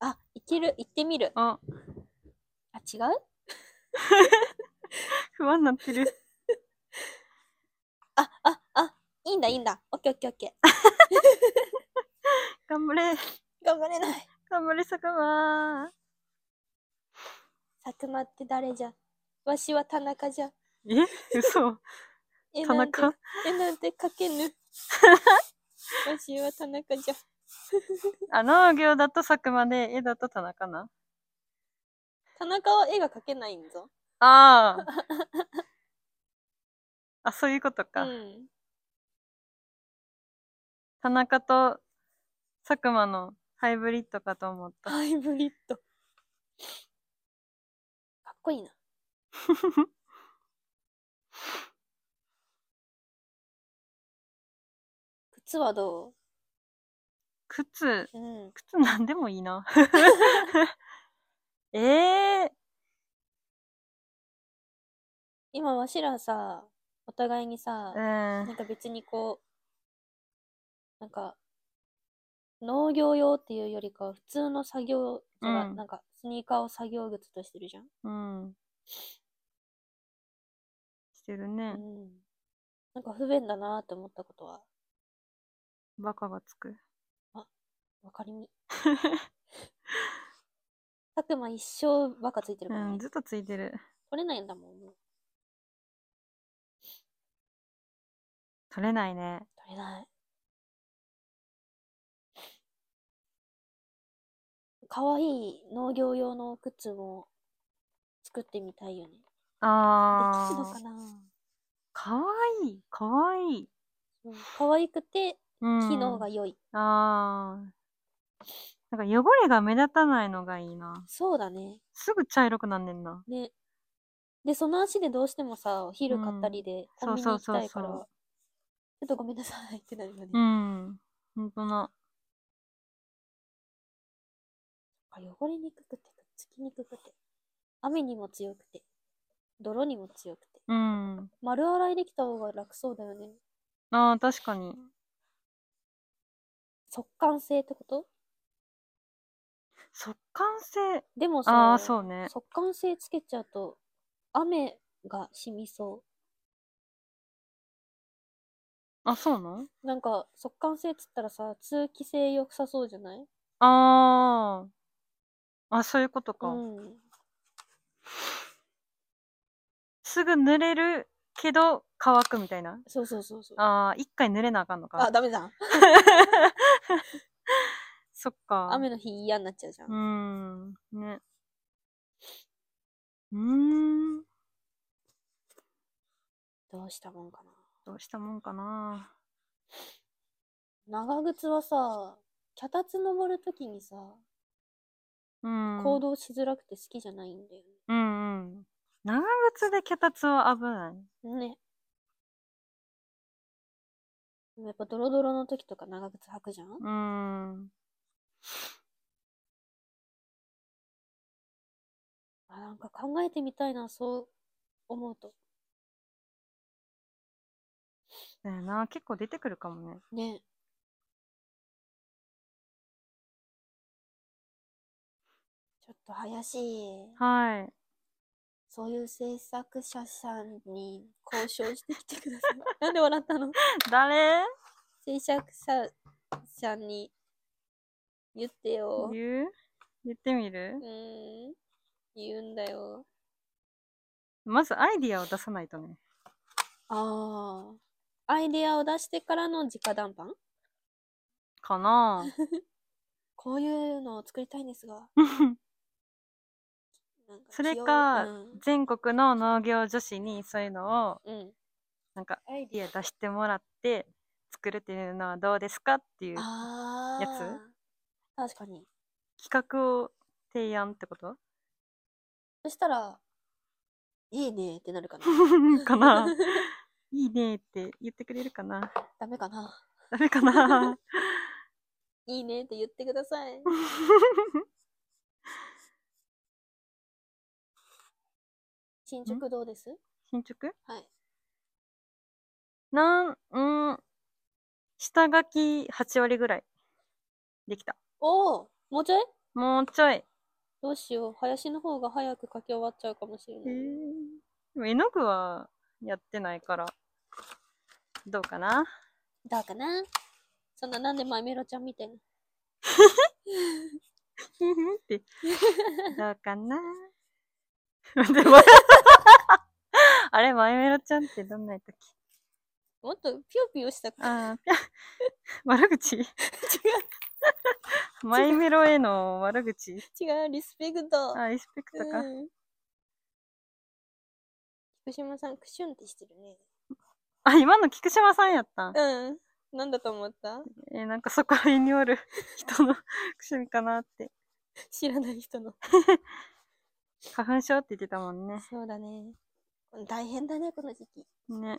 [SPEAKER 2] あ、いける、行ってみる。
[SPEAKER 1] あ、
[SPEAKER 2] あ、違う
[SPEAKER 1] 不安になってる。
[SPEAKER 2] あ、あ、あ、いいんだ、いいんだ。オッケーオッケーオッケ
[SPEAKER 1] 頑張れ。
[SPEAKER 2] ー。頑張れない。
[SPEAKER 1] 頑張れ、坂間。
[SPEAKER 2] 佐久間って誰じゃわしは田中じゃ。
[SPEAKER 1] え 嘘。
[SPEAKER 2] え、
[SPEAKER 1] 田
[SPEAKER 2] なん
[SPEAKER 1] 中
[SPEAKER 2] てえ、なんて書けぬ。わしは田中じゃ。
[SPEAKER 1] あ、農業だと佐久間で、絵だと田中な。
[SPEAKER 2] 田中は絵が描けないんぞ。
[SPEAKER 1] ああ。あ、そういうこと
[SPEAKER 2] う
[SPEAKER 1] か。
[SPEAKER 2] ん。
[SPEAKER 1] 田中と佐久間のハイブリッドかと思った。
[SPEAKER 2] ハイブリッド。かっこいいな。靴はど
[SPEAKER 1] 靴、
[SPEAKER 2] ううん。
[SPEAKER 1] 靴なんでもいいな。ええ
[SPEAKER 2] 今わしらさ、お互いにさ、
[SPEAKER 1] ー、う
[SPEAKER 2] なん
[SPEAKER 1] ん。
[SPEAKER 2] か別にこう、なんか、農業用っていうよりかは普通の作業とか、
[SPEAKER 1] うん
[SPEAKER 2] なんかスニーカーを作業靴としてるじゃん。
[SPEAKER 1] うん。してるね
[SPEAKER 2] う。ん。なんか不便だなって思ったことは、
[SPEAKER 1] バカがつく。
[SPEAKER 2] わかり み。佐久間一生バカついてる
[SPEAKER 1] う
[SPEAKER 2] からね。
[SPEAKER 1] ん、ずっとついてる。
[SPEAKER 2] 取れないんだもん、もう。
[SPEAKER 1] 取れないね。
[SPEAKER 2] 取れない。かわいい農業用の靴も作ってみたいよね。で
[SPEAKER 1] あ
[SPEAKER 2] きるのか
[SPEAKER 1] あ。
[SPEAKER 2] な
[SPEAKER 1] かわいい。かわいい。
[SPEAKER 2] うん可愛くて、
[SPEAKER 1] うん。
[SPEAKER 2] 機能が良い。
[SPEAKER 1] ああ。なんか汚れが目立たないのがいいな。
[SPEAKER 2] そうだね。
[SPEAKER 1] すぐ茶色くなんねんな。
[SPEAKER 2] ね。で、その足でどうしてもさ、お昼買ったりで、コンビニ行きたいから、
[SPEAKER 1] そうそうそうそう
[SPEAKER 2] ちょっとごめんなさいってなるよね。
[SPEAKER 1] うん。ほんとな。
[SPEAKER 2] あ汚れにくくて、くっつきにくくて、雨にも強くて、泥にも強くて、
[SPEAKER 1] うん。
[SPEAKER 2] 丸洗いできた方が楽そうだよね。
[SPEAKER 1] ああ、確かに。
[SPEAKER 2] 速乾性ってこと
[SPEAKER 1] 速乾性。
[SPEAKER 2] でもさ、
[SPEAKER 1] ああ、そうね。
[SPEAKER 2] 速乾性つけちゃうと、雨が染みそ
[SPEAKER 1] あ、そうなん
[SPEAKER 2] う。なんか、速乾性っつったらさ、通気性良さそうじゃない
[SPEAKER 1] ああ。あ、そういうこと
[SPEAKER 2] う
[SPEAKER 1] か。
[SPEAKER 2] ん。
[SPEAKER 1] すぐ濡れるけど乾くみたいな。
[SPEAKER 2] そうそうそうそう。
[SPEAKER 1] ああ、一回濡れなあかんの
[SPEAKER 2] あ、
[SPEAKER 1] か。
[SPEAKER 2] ダメだ。
[SPEAKER 1] そっか。
[SPEAKER 2] 雨の日嫌になっちゃうじゃん。
[SPEAKER 1] うーん。ね。うーん。
[SPEAKER 2] どうしたもんかな。
[SPEAKER 1] どうしたもんかな。
[SPEAKER 2] 長靴はさ、脚立登るときにさ、
[SPEAKER 1] うん。
[SPEAKER 2] 行動しづらくて好きじゃないんだよ
[SPEAKER 1] うんうん。長靴で脚立は危ない。
[SPEAKER 2] ね。ね。でもやっぱドロドロの時とか長靴履くじゃん
[SPEAKER 1] うーん。
[SPEAKER 2] あ、なんか考えてみたいな、そう思うと。
[SPEAKER 1] だよな。結構出てくるかもね。
[SPEAKER 2] ね。ちょっと林、
[SPEAKER 1] はい。
[SPEAKER 2] そういう制作者さんに交渉してきてください。 なんで笑ったの
[SPEAKER 1] 誰
[SPEAKER 2] 制作者さんに言ってよ。
[SPEAKER 1] 言う言ってみる
[SPEAKER 2] うーん。言うんだよ。
[SPEAKER 1] まずアイディアを出さないとね。
[SPEAKER 2] ああ。アイデアを出してからの直談判
[SPEAKER 1] か なぁ
[SPEAKER 2] こういうのを作りたいんですが。なん
[SPEAKER 1] それか
[SPEAKER 2] 気をうん
[SPEAKER 1] 全国の農業女子にそういうのを、
[SPEAKER 2] うん。
[SPEAKER 1] なんかアイディア出してもらって作るっていうのはどうですかっていう
[SPEAKER 2] ああ。
[SPEAKER 1] や
[SPEAKER 2] 確
[SPEAKER 1] つ
[SPEAKER 2] かに。
[SPEAKER 1] 企画を提案ってこと
[SPEAKER 2] そしたら、いいねってなるか な。
[SPEAKER 1] か ないいねって言ってくれるかな
[SPEAKER 2] ダメかな。
[SPEAKER 1] ダメか な
[SPEAKER 2] いいねって言ってくだ さい。進捗どうです
[SPEAKER 1] 進捗
[SPEAKER 2] はい。
[SPEAKER 1] なん、うん、下書き8割ぐらいできた。
[SPEAKER 2] おおもうちょい
[SPEAKER 1] もうちょい。
[SPEAKER 2] どうしよう。林の方が早く書き終わっちゃうかもしれ
[SPEAKER 1] え
[SPEAKER 2] ない。
[SPEAKER 1] でも絵の具はやってないから、どうかな
[SPEAKER 2] どうかなそんななんでマイメロちゃんみたいな。
[SPEAKER 1] ふふって。 どうか なでも あれ、マイメロちゃんってどんなやったっけ
[SPEAKER 2] もっとピヨピヨしたか。
[SPEAKER 1] ああ、ぴゃ 悪口マイメロへの悪口
[SPEAKER 2] 違う、違う、リスペクト。
[SPEAKER 1] あ、リスペクトか。
[SPEAKER 2] うん菊島さん、クシュンってしてるね。
[SPEAKER 1] あ、今の菊島さんやったん
[SPEAKER 2] うん。なんだと思った
[SPEAKER 1] えーなんかそこら辺におる 人のくしみかなって。
[SPEAKER 2] 知らない人の。
[SPEAKER 1] 花粉症って言ってたもんね。
[SPEAKER 2] そうだね。大変だね、この時期。
[SPEAKER 1] ね。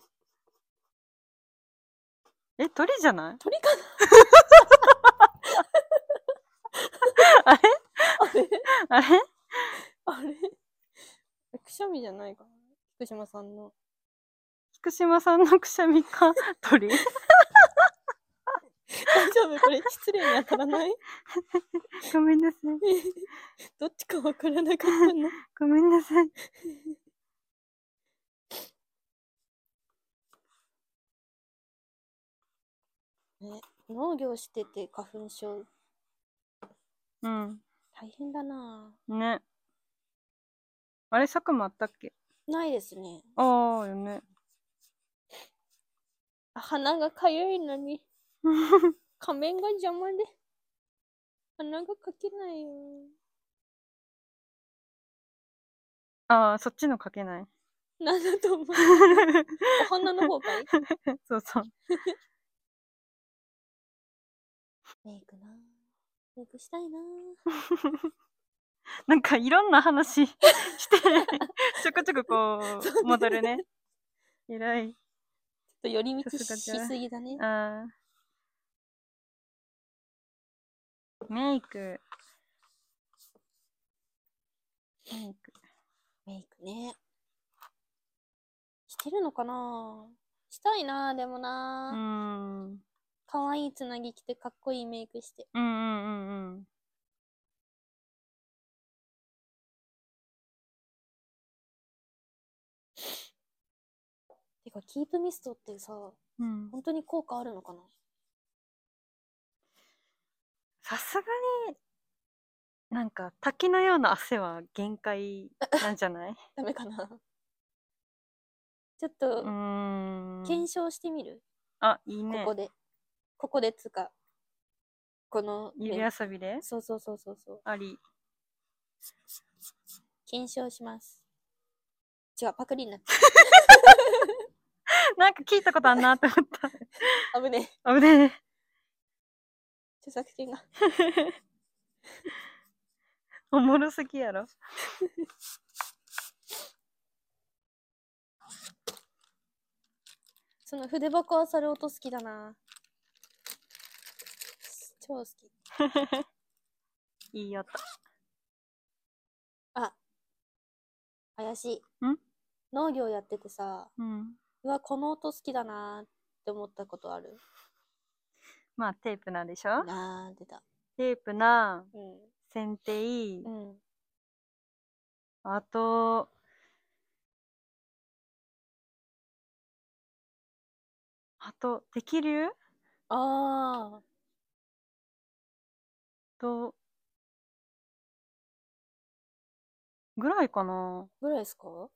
[SPEAKER 1] え、鳥じゃない
[SPEAKER 2] 鳥か
[SPEAKER 1] あれ
[SPEAKER 2] なあれ
[SPEAKER 1] あれ
[SPEAKER 2] あれくしゃみじゃないかな福島さ んの。
[SPEAKER 1] 菊島さんのくしゃみか鳥
[SPEAKER 2] 大丈夫これ失礼に当たら ない
[SPEAKER 1] ごめんなさい。
[SPEAKER 2] どっちかわからなかったの。
[SPEAKER 1] ごめんなさい。
[SPEAKER 2] 農業してて花粉症
[SPEAKER 1] うん。
[SPEAKER 2] 大変だな
[SPEAKER 1] ね。あれ、佐久間あったっけ
[SPEAKER 2] ぁないですね。
[SPEAKER 1] ああ、よね。
[SPEAKER 2] 鼻がかゆいの に仮面が邪魔で鼻がかけないよ。
[SPEAKER 1] ああ、そっちのかけない。
[SPEAKER 2] なんだと思うお鼻の方かい
[SPEAKER 1] そうそう。
[SPEAKER 2] メイクなぁメイクしたいなぁ
[SPEAKER 1] なんかいろんな話 して、ちょこちょここ
[SPEAKER 2] そう
[SPEAKER 1] う、戻るね。偉い。
[SPEAKER 2] ちょっと寄り道
[SPEAKER 1] さすが
[SPEAKER 2] し
[SPEAKER 1] じゃ
[SPEAKER 2] すぎだね。
[SPEAKER 1] あーメイク。メイク。
[SPEAKER 2] メイクね。してるのかなしたいなでも
[SPEAKER 1] う
[SPEAKER 2] な
[SPEAKER 1] ー
[SPEAKER 2] ぁ
[SPEAKER 1] ん。うん
[SPEAKER 2] 可愛いつなぎ着てかっこいいメイクして。
[SPEAKER 1] うんうんうん。
[SPEAKER 2] てか、キープミストってさ、
[SPEAKER 1] うん、
[SPEAKER 2] 本当に効果あるのかな
[SPEAKER 1] さすがに、なんか滝のような汗は限界なんじ ゃない
[SPEAKER 2] ダメかなちょっ
[SPEAKER 1] う
[SPEAKER 2] と、
[SPEAKER 1] ーん。
[SPEAKER 2] 検証してみる、
[SPEAKER 1] あ、いいね。
[SPEAKER 2] ここで。ここでつうか、このメイク
[SPEAKER 1] 指遊びで
[SPEAKER 2] そうそうそうそうそう。
[SPEAKER 1] あり。
[SPEAKER 2] 検証します。違う、パクリになっちゃ
[SPEAKER 1] なんか聞いたことあんなって思った。
[SPEAKER 2] う。危ねえ。
[SPEAKER 1] 危ねえ。
[SPEAKER 2] 著作権が。
[SPEAKER 1] おもろすぎやろ。
[SPEAKER 2] その筆箱漁る音好きだな超好き。
[SPEAKER 1] いい音。
[SPEAKER 2] 怪しい。
[SPEAKER 1] ん
[SPEAKER 2] 農業やっててさ、
[SPEAKER 1] うん。
[SPEAKER 2] うわ、この音好きだなって思ったことある。
[SPEAKER 1] まあ、テープなんでしょ
[SPEAKER 2] なーでだ。
[SPEAKER 1] テープな、
[SPEAKER 2] うん。
[SPEAKER 1] 剪定、
[SPEAKER 2] うん。
[SPEAKER 1] あと、あと、適流
[SPEAKER 2] ああ、
[SPEAKER 1] と、ぐらいかな。
[SPEAKER 2] ぐらいですか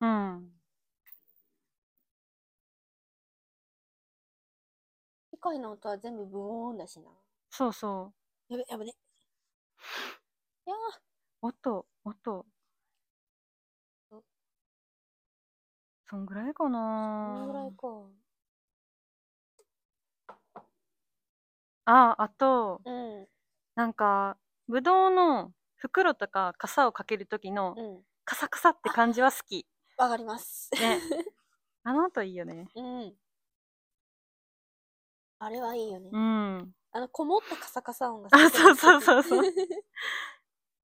[SPEAKER 1] うん。
[SPEAKER 2] 世界の音は全部無音だしな。
[SPEAKER 1] そうそ
[SPEAKER 2] やべ、やべね。いや
[SPEAKER 1] う。音、音。そんぐらいか
[SPEAKER 2] ー、
[SPEAKER 1] な。
[SPEAKER 2] このぐらいか。
[SPEAKER 1] あ、あと、
[SPEAKER 2] うん、
[SPEAKER 1] なんか、ぶどうの袋とか傘をかけるときの
[SPEAKER 2] うん。
[SPEAKER 1] カサカサって感じは好き。
[SPEAKER 2] わかります。
[SPEAKER 1] ね。あの音いいよね。
[SPEAKER 2] うん。 あれはいいよね。
[SPEAKER 1] うん。
[SPEAKER 2] あの、こもったカサカサ音が
[SPEAKER 1] あ
[SPEAKER 2] すごい好き。
[SPEAKER 1] そうそうそうそ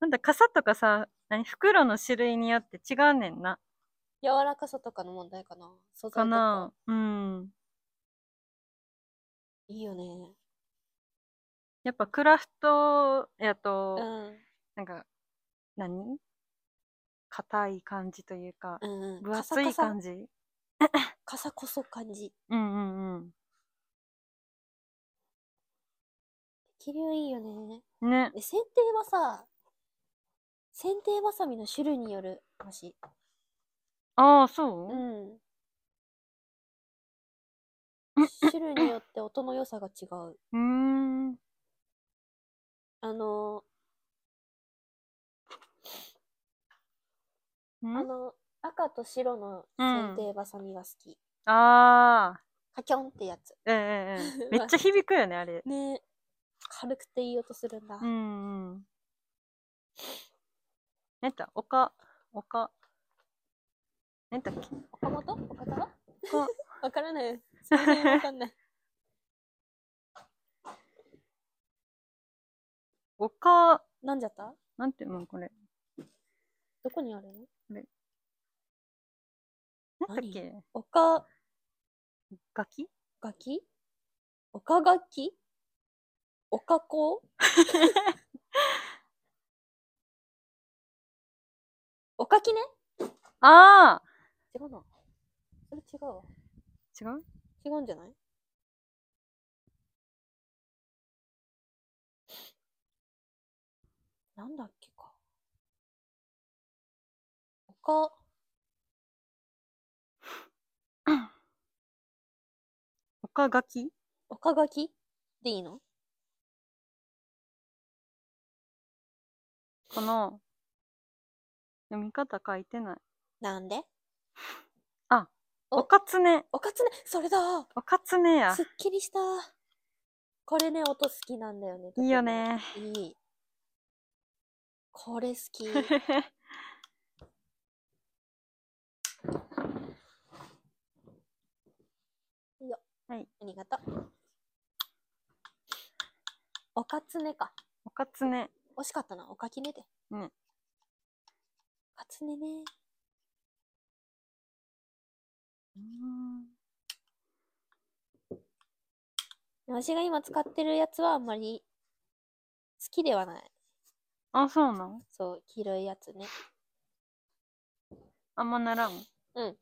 [SPEAKER 1] なんだ、傘とかさ、何、袋の種類によって違うねんな。
[SPEAKER 2] 柔らかさとかの問題かな。素材
[SPEAKER 1] か
[SPEAKER 2] と
[SPEAKER 1] な。うん。
[SPEAKER 2] いいよね。
[SPEAKER 1] やっぱクラフトやと、
[SPEAKER 2] うん。
[SPEAKER 1] なんか、何硬い感じというか、
[SPEAKER 2] うんうん。
[SPEAKER 1] 分厚い感
[SPEAKER 2] じ。
[SPEAKER 1] じ
[SPEAKER 2] カサこそ感じ。
[SPEAKER 1] うんうん
[SPEAKER 2] 気流いいよね。
[SPEAKER 1] うん。ね。
[SPEAKER 2] で、剪定はさ、剪定バサミの種類によるらしい。
[SPEAKER 1] ああ、そうう、
[SPEAKER 2] ん。種類によって音の良さが違う。
[SPEAKER 1] うーん、ん。
[SPEAKER 2] あのー、あの、赤と白の剪定バサミが好き。
[SPEAKER 1] ああ、
[SPEAKER 2] カキョンってやつ。
[SPEAKER 1] えええええ えめっちゃ響くよね、あれ。
[SPEAKER 2] ね軽くていい音するんだ。
[SPEAKER 1] うんうん。なんだ、おか、おか。なんだっけ
[SPEAKER 2] 岡本岡田
[SPEAKER 1] 岡
[SPEAKER 2] わからない。その辺わかん ない。
[SPEAKER 1] おか、
[SPEAKER 2] なんじゃった
[SPEAKER 1] なんていうのこれ。
[SPEAKER 2] どこにある
[SPEAKER 1] なんだっけ
[SPEAKER 2] の岡
[SPEAKER 1] 楽器
[SPEAKER 2] ガキ岡ガキ岡 子おかきね
[SPEAKER 1] ああ
[SPEAKER 2] 違うな。それ違うわ。
[SPEAKER 1] 違う
[SPEAKER 2] 違うんじゃないなんだっけか。他。
[SPEAKER 1] おか楽器
[SPEAKER 2] 岡垣でいいの
[SPEAKER 1] かな読み方書いてない。
[SPEAKER 2] なんでお
[SPEAKER 1] おかつね。
[SPEAKER 2] おかつねそれだ
[SPEAKER 1] おかつねや
[SPEAKER 2] す。っきりしたこれね、音好きなんだよね。
[SPEAKER 1] いいよ ね。
[SPEAKER 2] 特に。いい。これ好 き。ありがとう。おかつねか。
[SPEAKER 1] おかつね。
[SPEAKER 2] 惜しかったな。おかきねで。お
[SPEAKER 1] ね。
[SPEAKER 2] かつねね。
[SPEAKER 1] うーん
[SPEAKER 2] 私が今使ってるやつはあんまり好きではない。
[SPEAKER 1] あ、そうなん
[SPEAKER 2] そう、黄色いやつね。
[SPEAKER 1] あんまならん。
[SPEAKER 2] うん。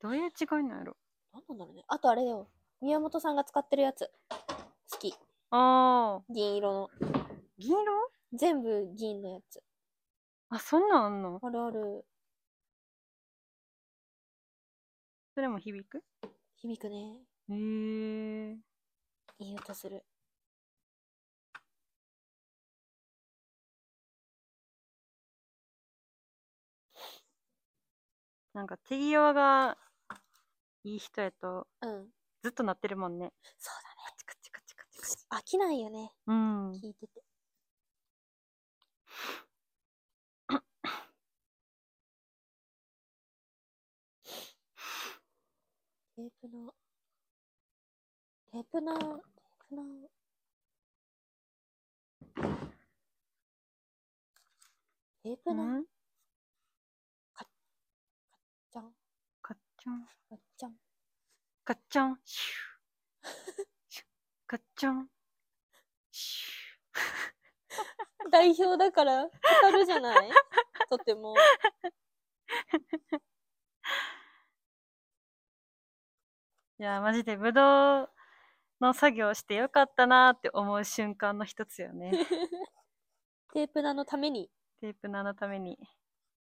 [SPEAKER 1] どういう違いなんやろ
[SPEAKER 2] なんなんだろうね。あとあれよ。宮本さんが使ってるやつ。好き。
[SPEAKER 1] ああ、
[SPEAKER 2] 銀色の。
[SPEAKER 1] 銀色
[SPEAKER 2] 全部銀のやつ。
[SPEAKER 1] あ、そんなんあんの
[SPEAKER 2] あるある。
[SPEAKER 1] それも響く
[SPEAKER 2] 響くね。
[SPEAKER 1] へえ。
[SPEAKER 2] いい音する。
[SPEAKER 1] なんか手際がいい人やと
[SPEAKER 2] うん。
[SPEAKER 1] ずっと鳴ってるもんね。
[SPEAKER 2] そう
[SPEAKER 1] カチカチカチカチカチ。
[SPEAKER 2] だね。飽きないよね。
[SPEAKER 1] うん。
[SPEAKER 2] 聞いてて。テープの、テープの、テープの、テープの、
[SPEAKER 1] ん
[SPEAKER 2] じゃん、
[SPEAKER 1] カッチャン。
[SPEAKER 2] じゃん。
[SPEAKER 1] カッチャン。シュー。カッチャン。シ
[SPEAKER 2] 代表だから、語るじゃない とても。
[SPEAKER 1] ュー。いや、マジでブドウの作業をしてよかったなーって思う瞬間の一つよ ね。
[SPEAKER 2] テープナのために、
[SPEAKER 1] テープナのために、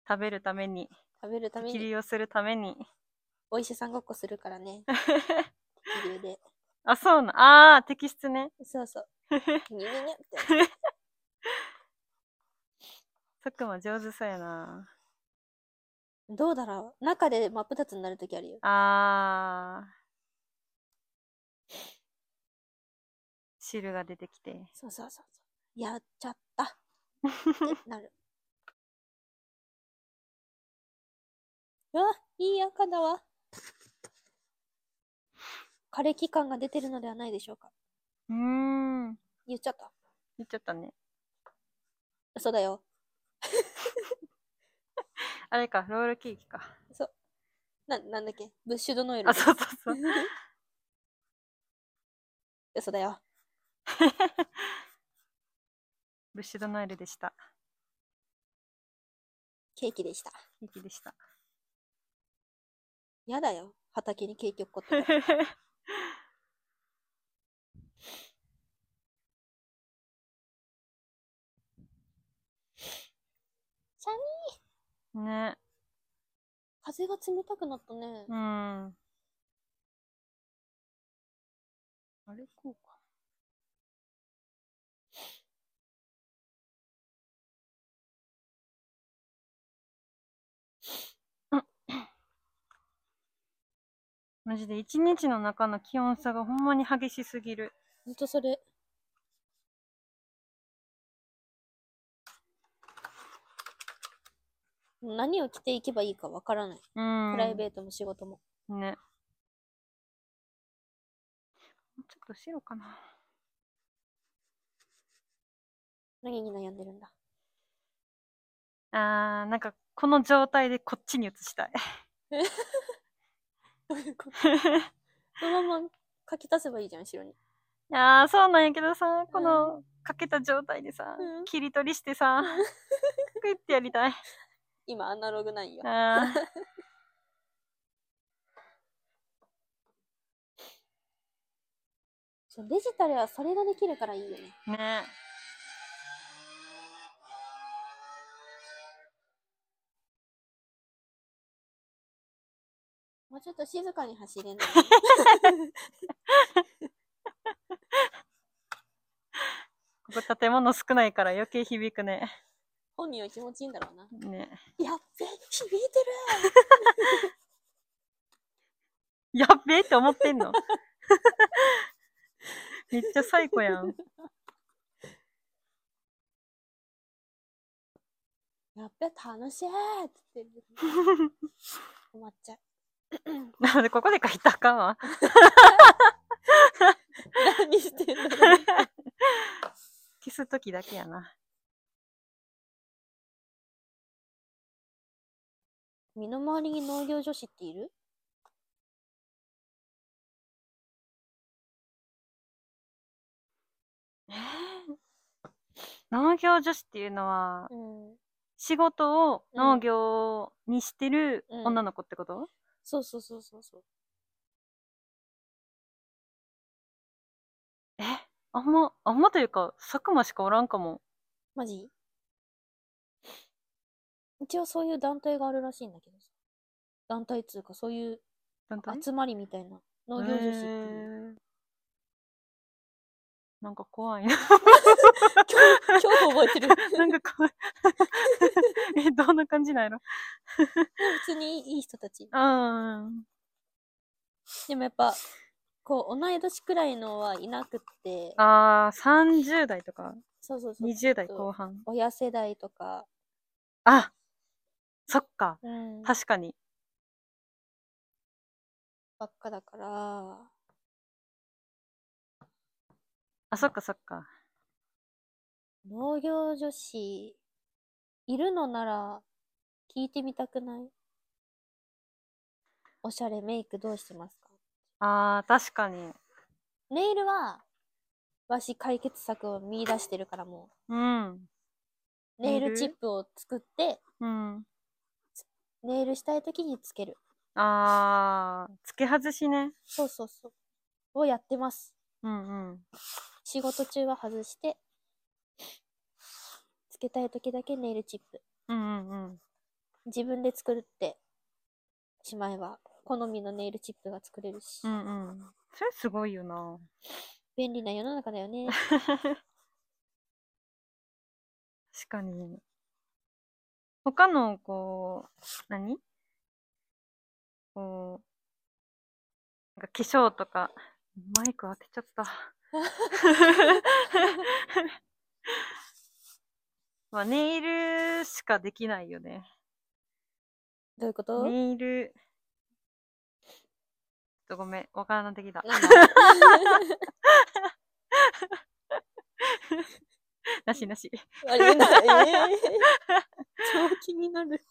[SPEAKER 1] 食べるために、
[SPEAKER 2] 食べるため
[SPEAKER 1] 切
[SPEAKER 2] に、
[SPEAKER 1] りをするために。
[SPEAKER 2] お医者さんごっこするから ね。気流で。
[SPEAKER 1] あ、そうな。あー、摘出ね。
[SPEAKER 2] そうそう。 ニュニュニュって。
[SPEAKER 1] そっくんは上手そうやな。
[SPEAKER 2] どうだろう中で真っ二つになるときあるよ。
[SPEAKER 1] あー。汁が出てきて。
[SPEAKER 2] そうそうそうそう。やっちゃったってなる。うわ、いい赤だわ。枯れ期間が出てるのではないでしょうか。
[SPEAKER 1] うーん。
[SPEAKER 2] 言っちゃった。
[SPEAKER 1] 言っちゃったね。
[SPEAKER 2] 嘘だよ。
[SPEAKER 1] あれか、ロールケーキか。
[SPEAKER 2] な、なんだっけブッシュドノエル
[SPEAKER 1] あ、。そうそうそう。
[SPEAKER 2] 嘘だよ。
[SPEAKER 1] ブッシュドノエルでした。
[SPEAKER 2] ケーキでした。
[SPEAKER 1] ケーキでした。
[SPEAKER 2] やだよ。畑にケーキ落っこってたら寒
[SPEAKER 1] いね。
[SPEAKER 2] 風が冷たくなったね。
[SPEAKER 1] うん。あれこうか。うん マジで一日の中の気温差がほんまに激しすぎる。
[SPEAKER 2] ほんとそれ。何を着ていけばいいかわからない。
[SPEAKER 1] うん。
[SPEAKER 2] プライベートも仕事も。
[SPEAKER 1] ね。もうちょっと白かな。
[SPEAKER 2] 何に悩んでるんだ。
[SPEAKER 1] あー、なんかこの状態でこっちに移したい。
[SPEAKER 2] そのまま書き足せばいいじゃん、後ろに。
[SPEAKER 1] いやー、そうなんやけどさ、この、かけた状態でさ、
[SPEAKER 2] うん
[SPEAKER 1] 切り取りしてさ、グイってや りたい。
[SPEAKER 2] 今、アナログないよ。
[SPEAKER 1] あー
[SPEAKER 2] そうデジタルはそれができるからいいよね。
[SPEAKER 1] ね
[SPEAKER 2] もうちょっと静かに走 れない。
[SPEAKER 1] ここ建物少ないから余計響くね。
[SPEAKER 2] 本人は気持ちいいんだろうな。
[SPEAKER 1] ね
[SPEAKER 2] やっべ、響いてる
[SPEAKER 1] やっべえって思って んのめっちゃ最高やん。
[SPEAKER 2] やっべ、楽しいって言ってる。 困っちゃう。
[SPEAKER 1] なんでここで書いたらあかんわ。
[SPEAKER 2] 何して んだろう。
[SPEAKER 1] 消すときだけやな。
[SPEAKER 2] 身の回りに農業女子っている
[SPEAKER 1] えー農業女子っていうのは、
[SPEAKER 2] うん。
[SPEAKER 1] 仕事を
[SPEAKER 2] うん
[SPEAKER 1] 農業にしてる
[SPEAKER 2] うん
[SPEAKER 1] 女の子ってこと、
[SPEAKER 2] そうそうそうそうそう。
[SPEAKER 1] えあんま、あんまというか、佐久間しかおらんかも。
[SPEAKER 2] マジ一応そういう団体があるらしいんだけどさ。団体っつうか、そういう
[SPEAKER 1] なんかね
[SPEAKER 2] 集まりみたいな。農業女子って
[SPEAKER 1] へ
[SPEAKER 2] いう。
[SPEAKER 1] ーなんか 怖いな。
[SPEAKER 2] 今日、今日覚 えてる。
[SPEAKER 1] なんか怖い。え、どんな感じなんやろ
[SPEAKER 2] 普通にいい人たち。
[SPEAKER 1] うん。
[SPEAKER 2] でもやっぱ、こう、同い年くらいのはいなくって、
[SPEAKER 1] あー、30代とか、
[SPEAKER 2] そうそうそう。
[SPEAKER 1] 20代後半。
[SPEAKER 2] 親世代とか、
[SPEAKER 1] あそっか。
[SPEAKER 2] うん、ば
[SPEAKER 1] 確かに。
[SPEAKER 2] っかだから、
[SPEAKER 1] あ、そっかそっか。
[SPEAKER 2] 農業女子、いるのなら、聞いてみたくないおしゃれメイクどうしてますか
[SPEAKER 1] あー、確かに。
[SPEAKER 2] ネイルは、わし解決策を見出してるからも
[SPEAKER 1] うん。
[SPEAKER 2] う、ネイ
[SPEAKER 1] ネイ
[SPEAKER 2] ル
[SPEAKER 1] ル
[SPEAKER 2] チップを作って、
[SPEAKER 1] うん。
[SPEAKER 2] ネイルしたい時につける。
[SPEAKER 1] あー、付け外しね。
[SPEAKER 2] そうそうそう。をやってます。
[SPEAKER 1] ううんうん。
[SPEAKER 2] 仕事中は外して、つけたい時だけネイルチップ。
[SPEAKER 1] うんうんうん。
[SPEAKER 2] 自分で作ってしまえば、好みのネイルチップが作れるし、
[SPEAKER 1] うんうん。それすごいよな。
[SPEAKER 2] 便利な世の中だよね。
[SPEAKER 1] 確かに。他の、こう、何こう、なんか化粧とか、マイク当てちゃった。 まあ、ネイルしかできないよね。
[SPEAKER 2] どういうこと、
[SPEAKER 1] ネイル。ちょっとごめん、わからなってきた。
[SPEAKER 2] なんだ
[SPEAKER 1] なしなし。
[SPEAKER 2] ありえない。えー 超気になる。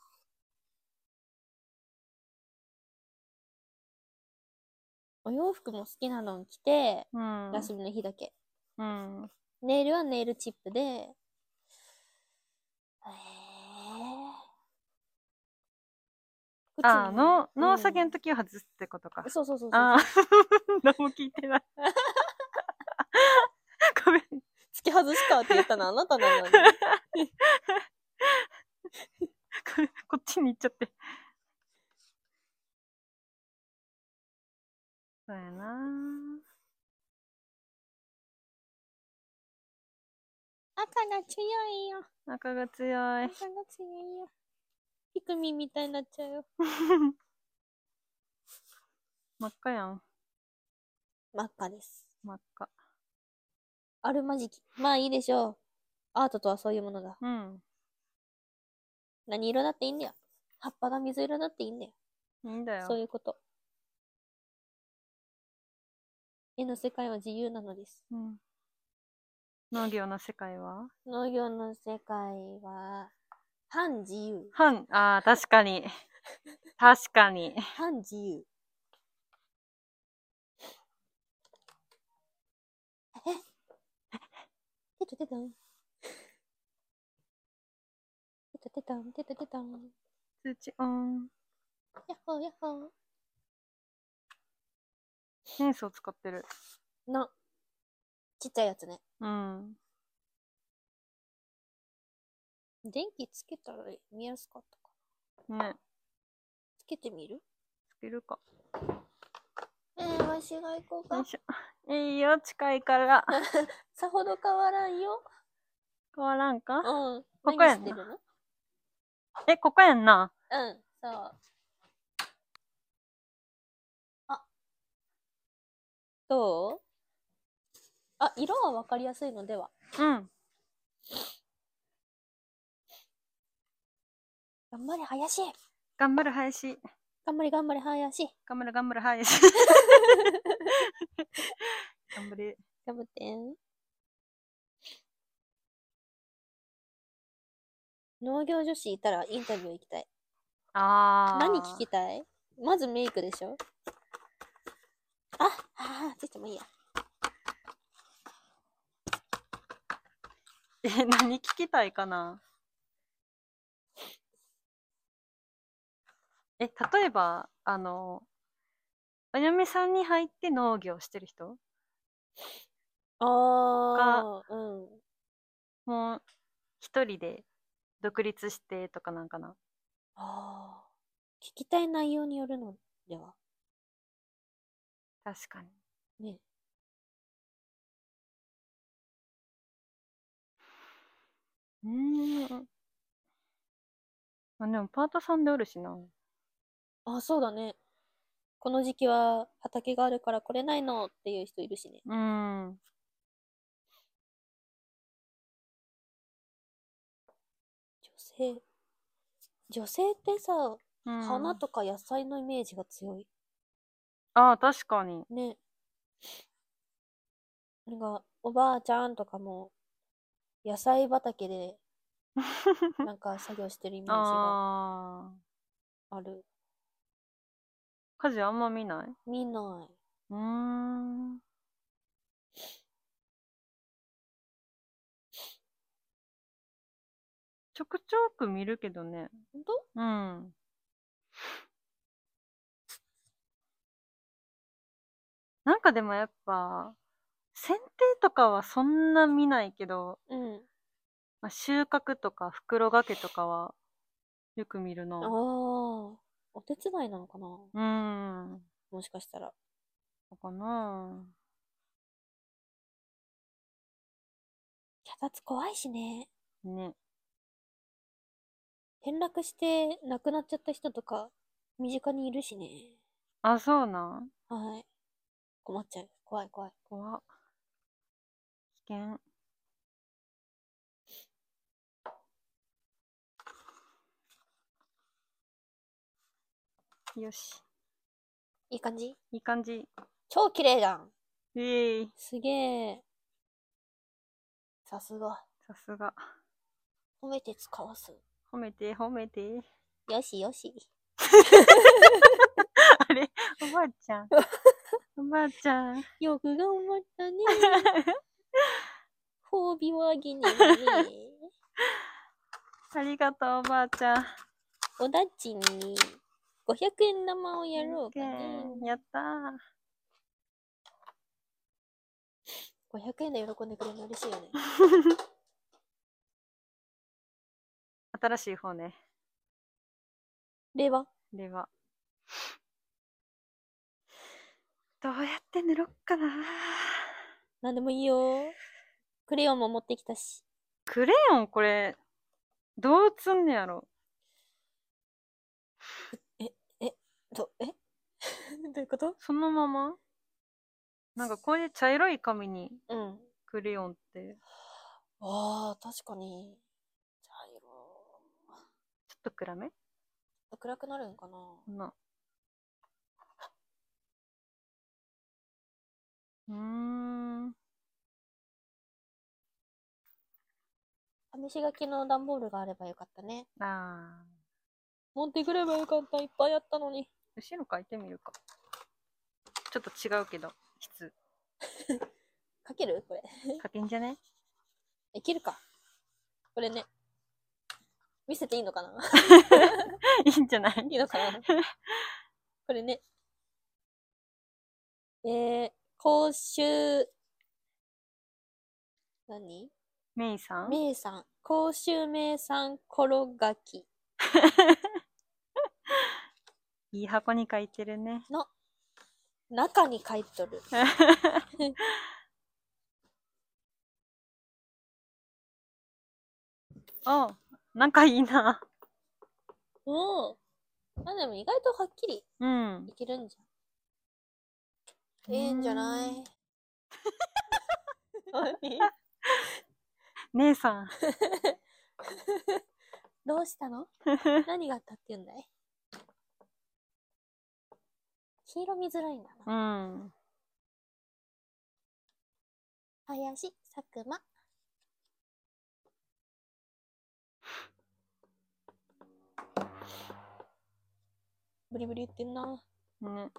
[SPEAKER 2] お洋服も好きなのを着て、
[SPEAKER 1] うん。
[SPEAKER 2] 休みの日だけ。
[SPEAKER 1] うん。
[SPEAKER 2] ネイルはネイルチップで、えー、靴
[SPEAKER 1] ああ、
[SPEAKER 2] も
[SPEAKER 1] の、農作業
[SPEAKER 2] うん
[SPEAKER 1] の時は外すってことか。
[SPEAKER 2] そうそうそうそう。
[SPEAKER 1] ああ、 何も聞いて ない。ごめん。
[SPEAKER 2] 突き外すかって言ったのはあなたな のに。
[SPEAKER 1] これこっちに行っちゃって。そうやな
[SPEAKER 2] 赤が強いよ。
[SPEAKER 1] ぁ赤が強い。
[SPEAKER 2] 赤が強いよ。ピクミンみたいになっちゃうよ。
[SPEAKER 1] 真っ赤やん。
[SPEAKER 2] 真っ赤です。
[SPEAKER 1] 真っ赤。
[SPEAKER 2] あるまじき。まあいいでしょう。アートとはそういうものだ。
[SPEAKER 1] うん。
[SPEAKER 2] 何色だっていいんだよ。葉っぱが水色だっていいんだよ。
[SPEAKER 1] いいんだよ。
[SPEAKER 2] そういうこと。絵の世界は自由なのです。
[SPEAKER 1] うん、農業の世界は
[SPEAKER 2] 農業の世界は、反自由。
[SPEAKER 1] 反、ああ、確かに。 確かに。
[SPEAKER 2] 反自由。えテトテトン。テトテトン、テトテトン。
[SPEAKER 1] 通知オン。
[SPEAKER 2] やっほーやっほー。
[SPEAKER 1] センスを使ってる。
[SPEAKER 2] な。ちっちゃいやつね。
[SPEAKER 1] うん。
[SPEAKER 2] 電気つけたら見やすかったか。
[SPEAKER 1] ね、
[SPEAKER 2] つけてみる
[SPEAKER 1] つけるか。
[SPEAKER 2] えー、わしが行こう
[SPEAKER 1] よいしょ。 いいよ、近い から。
[SPEAKER 2] さほど変わらんよ。
[SPEAKER 1] 変わらんか
[SPEAKER 2] うん。
[SPEAKER 1] ここ
[SPEAKER 2] 何
[SPEAKER 1] や
[SPEAKER 2] し
[SPEAKER 1] んな
[SPEAKER 2] てるのうん。
[SPEAKER 1] え、ここやんな。
[SPEAKER 2] そう。あ。どうあ、色はわかりやすいのでは。
[SPEAKER 1] うん。
[SPEAKER 2] 頑張れ、林。
[SPEAKER 1] 頑張る林。
[SPEAKER 2] 頑張れ、頑張れ、林。
[SPEAKER 1] 頑張る頑張る林。 頑張れ。
[SPEAKER 2] 頑張ってん。農業女子いたらインタビュー行きたい。
[SPEAKER 1] あー。
[SPEAKER 2] 何聞きたいまずメイクでしょああーついてもいいや。
[SPEAKER 1] え、何聞き たいかなえ、例えば、あの、お嫁さんに入って農業してる人
[SPEAKER 2] ああ、うん。
[SPEAKER 1] もう、一人で独立してとかなんかな
[SPEAKER 2] ああ。聞きたい内容によるのでは。
[SPEAKER 1] 確かに。
[SPEAKER 2] ね。
[SPEAKER 1] うーん。まあでもパートさんでおるしな。
[SPEAKER 2] あ、そうだね。この時期は畑があるから来れないのっていう人いるしね。
[SPEAKER 1] うん。
[SPEAKER 2] 女性。女性ってさ、
[SPEAKER 1] うん、
[SPEAKER 2] 花とか野菜のイメージが強い。
[SPEAKER 1] ああ、確かに。
[SPEAKER 2] ね。なんか、おばあちゃんとかも、野菜畑で、なんか作業してるイメージが
[SPEAKER 1] ああ。
[SPEAKER 2] ある。
[SPEAKER 1] 家事あんま見ない
[SPEAKER 2] 見な
[SPEAKER 1] うーん。ちょくちょく見るけどね。
[SPEAKER 2] い。ほんと
[SPEAKER 1] うん。なんかでもやっぱ、剪定とかはそんな見ないけど、
[SPEAKER 2] うん。
[SPEAKER 1] まあ、収穫とか袋掛けとかはよく見る
[SPEAKER 2] ああ
[SPEAKER 1] な。
[SPEAKER 2] ー、お手伝いなのかな
[SPEAKER 1] うーん。
[SPEAKER 2] もしかしたら。
[SPEAKER 1] そうかな
[SPEAKER 2] 脚立怖いしね。
[SPEAKER 1] ね。
[SPEAKER 2] 転落して亡くなっちゃった人とか、身近にいるしね。
[SPEAKER 1] あ、そうなん。
[SPEAKER 2] はい。困っちゃう。怖い怖い。
[SPEAKER 1] 怖っ危険。よし。
[SPEAKER 2] いい感じ
[SPEAKER 1] いい感じ。
[SPEAKER 2] 超綺麗じゃん。
[SPEAKER 1] イエーイ。
[SPEAKER 2] すげえ。さすが。
[SPEAKER 1] さすが。
[SPEAKER 2] 褒めて使わす。
[SPEAKER 1] 褒めて、褒めて。
[SPEAKER 2] よしよし。
[SPEAKER 1] あれおばあち ゃん。おばあちゃん。
[SPEAKER 2] よく頑張ったね。 褒美はあげねえね。
[SPEAKER 1] ありがとう、おばあちゃん。
[SPEAKER 2] おだちに500円玉をやろうかね。
[SPEAKER 1] やったー。
[SPEAKER 2] 500円で喜んでくれるの嬉しいよね。
[SPEAKER 1] 新しい方ね。
[SPEAKER 2] 令和
[SPEAKER 1] では。どうやって塗ろっかな
[SPEAKER 2] なんでもいいよ。クレヨンも持ってきたし。
[SPEAKER 1] クレヨンこれ、どうつんねやろ
[SPEAKER 2] ど、え どういうこと
[SPEAKER 1] そのままなんかこういう茶色い紙に
[SPEAKER 2] うん。
[SPEAKER 1] クレヨンって、
[SPEAKER 2] ああ、確かに。茶色。
[SPEAKER 1] ちょっと暗め
[SPEAKER 2] 暗くなるんかな。
[SPEAKER 1] こんな。うーん。
[SPEAKER 2] 試し書きの段ボールがあればよかったね。
[SPEAKER 1] あー。
[SPEAKER 2] 持ってくればよかった。いっぱいあったのに。
[SPEAKER 1] 後ろ書いてみるか。ちょっと違うけど、質。
[SPEAKER 2] 書けるこれ。
[SPEAKER 1] 書けんじゃね
[SPEAKER 2] いけるか。これね。見せていいの かな
[SPEAKER 1] いいんじゃない
[SPEAKER 2] いいのか なこれね。えー、公衆、何
[SPEAKER 1] メイさん
[SPEAKER 2] 名産。公衆名産転がき。
[SPEAKER 1] いい箱に書いてるね。
[SPEAKER 2] 中に書いとる。
[SPEAKER 1] あ、仲いいな。
[SPEAKER 2] おお。あ、でも意外とはっきり
[SPEAKER 1] うん
[SPEAKER 2] い。けるんじゃん。ええんじゃない 何
[SPEAKER 1] 姉さん。
[SPEAKER 2] どうした の何があったって言うんだい黄色見づらいんだな。
[SPEAKER 1] うん。
[SPEAKER 2] 林、佐久間。ブリブリ言ってんな。
[SPEAKER 1] ね。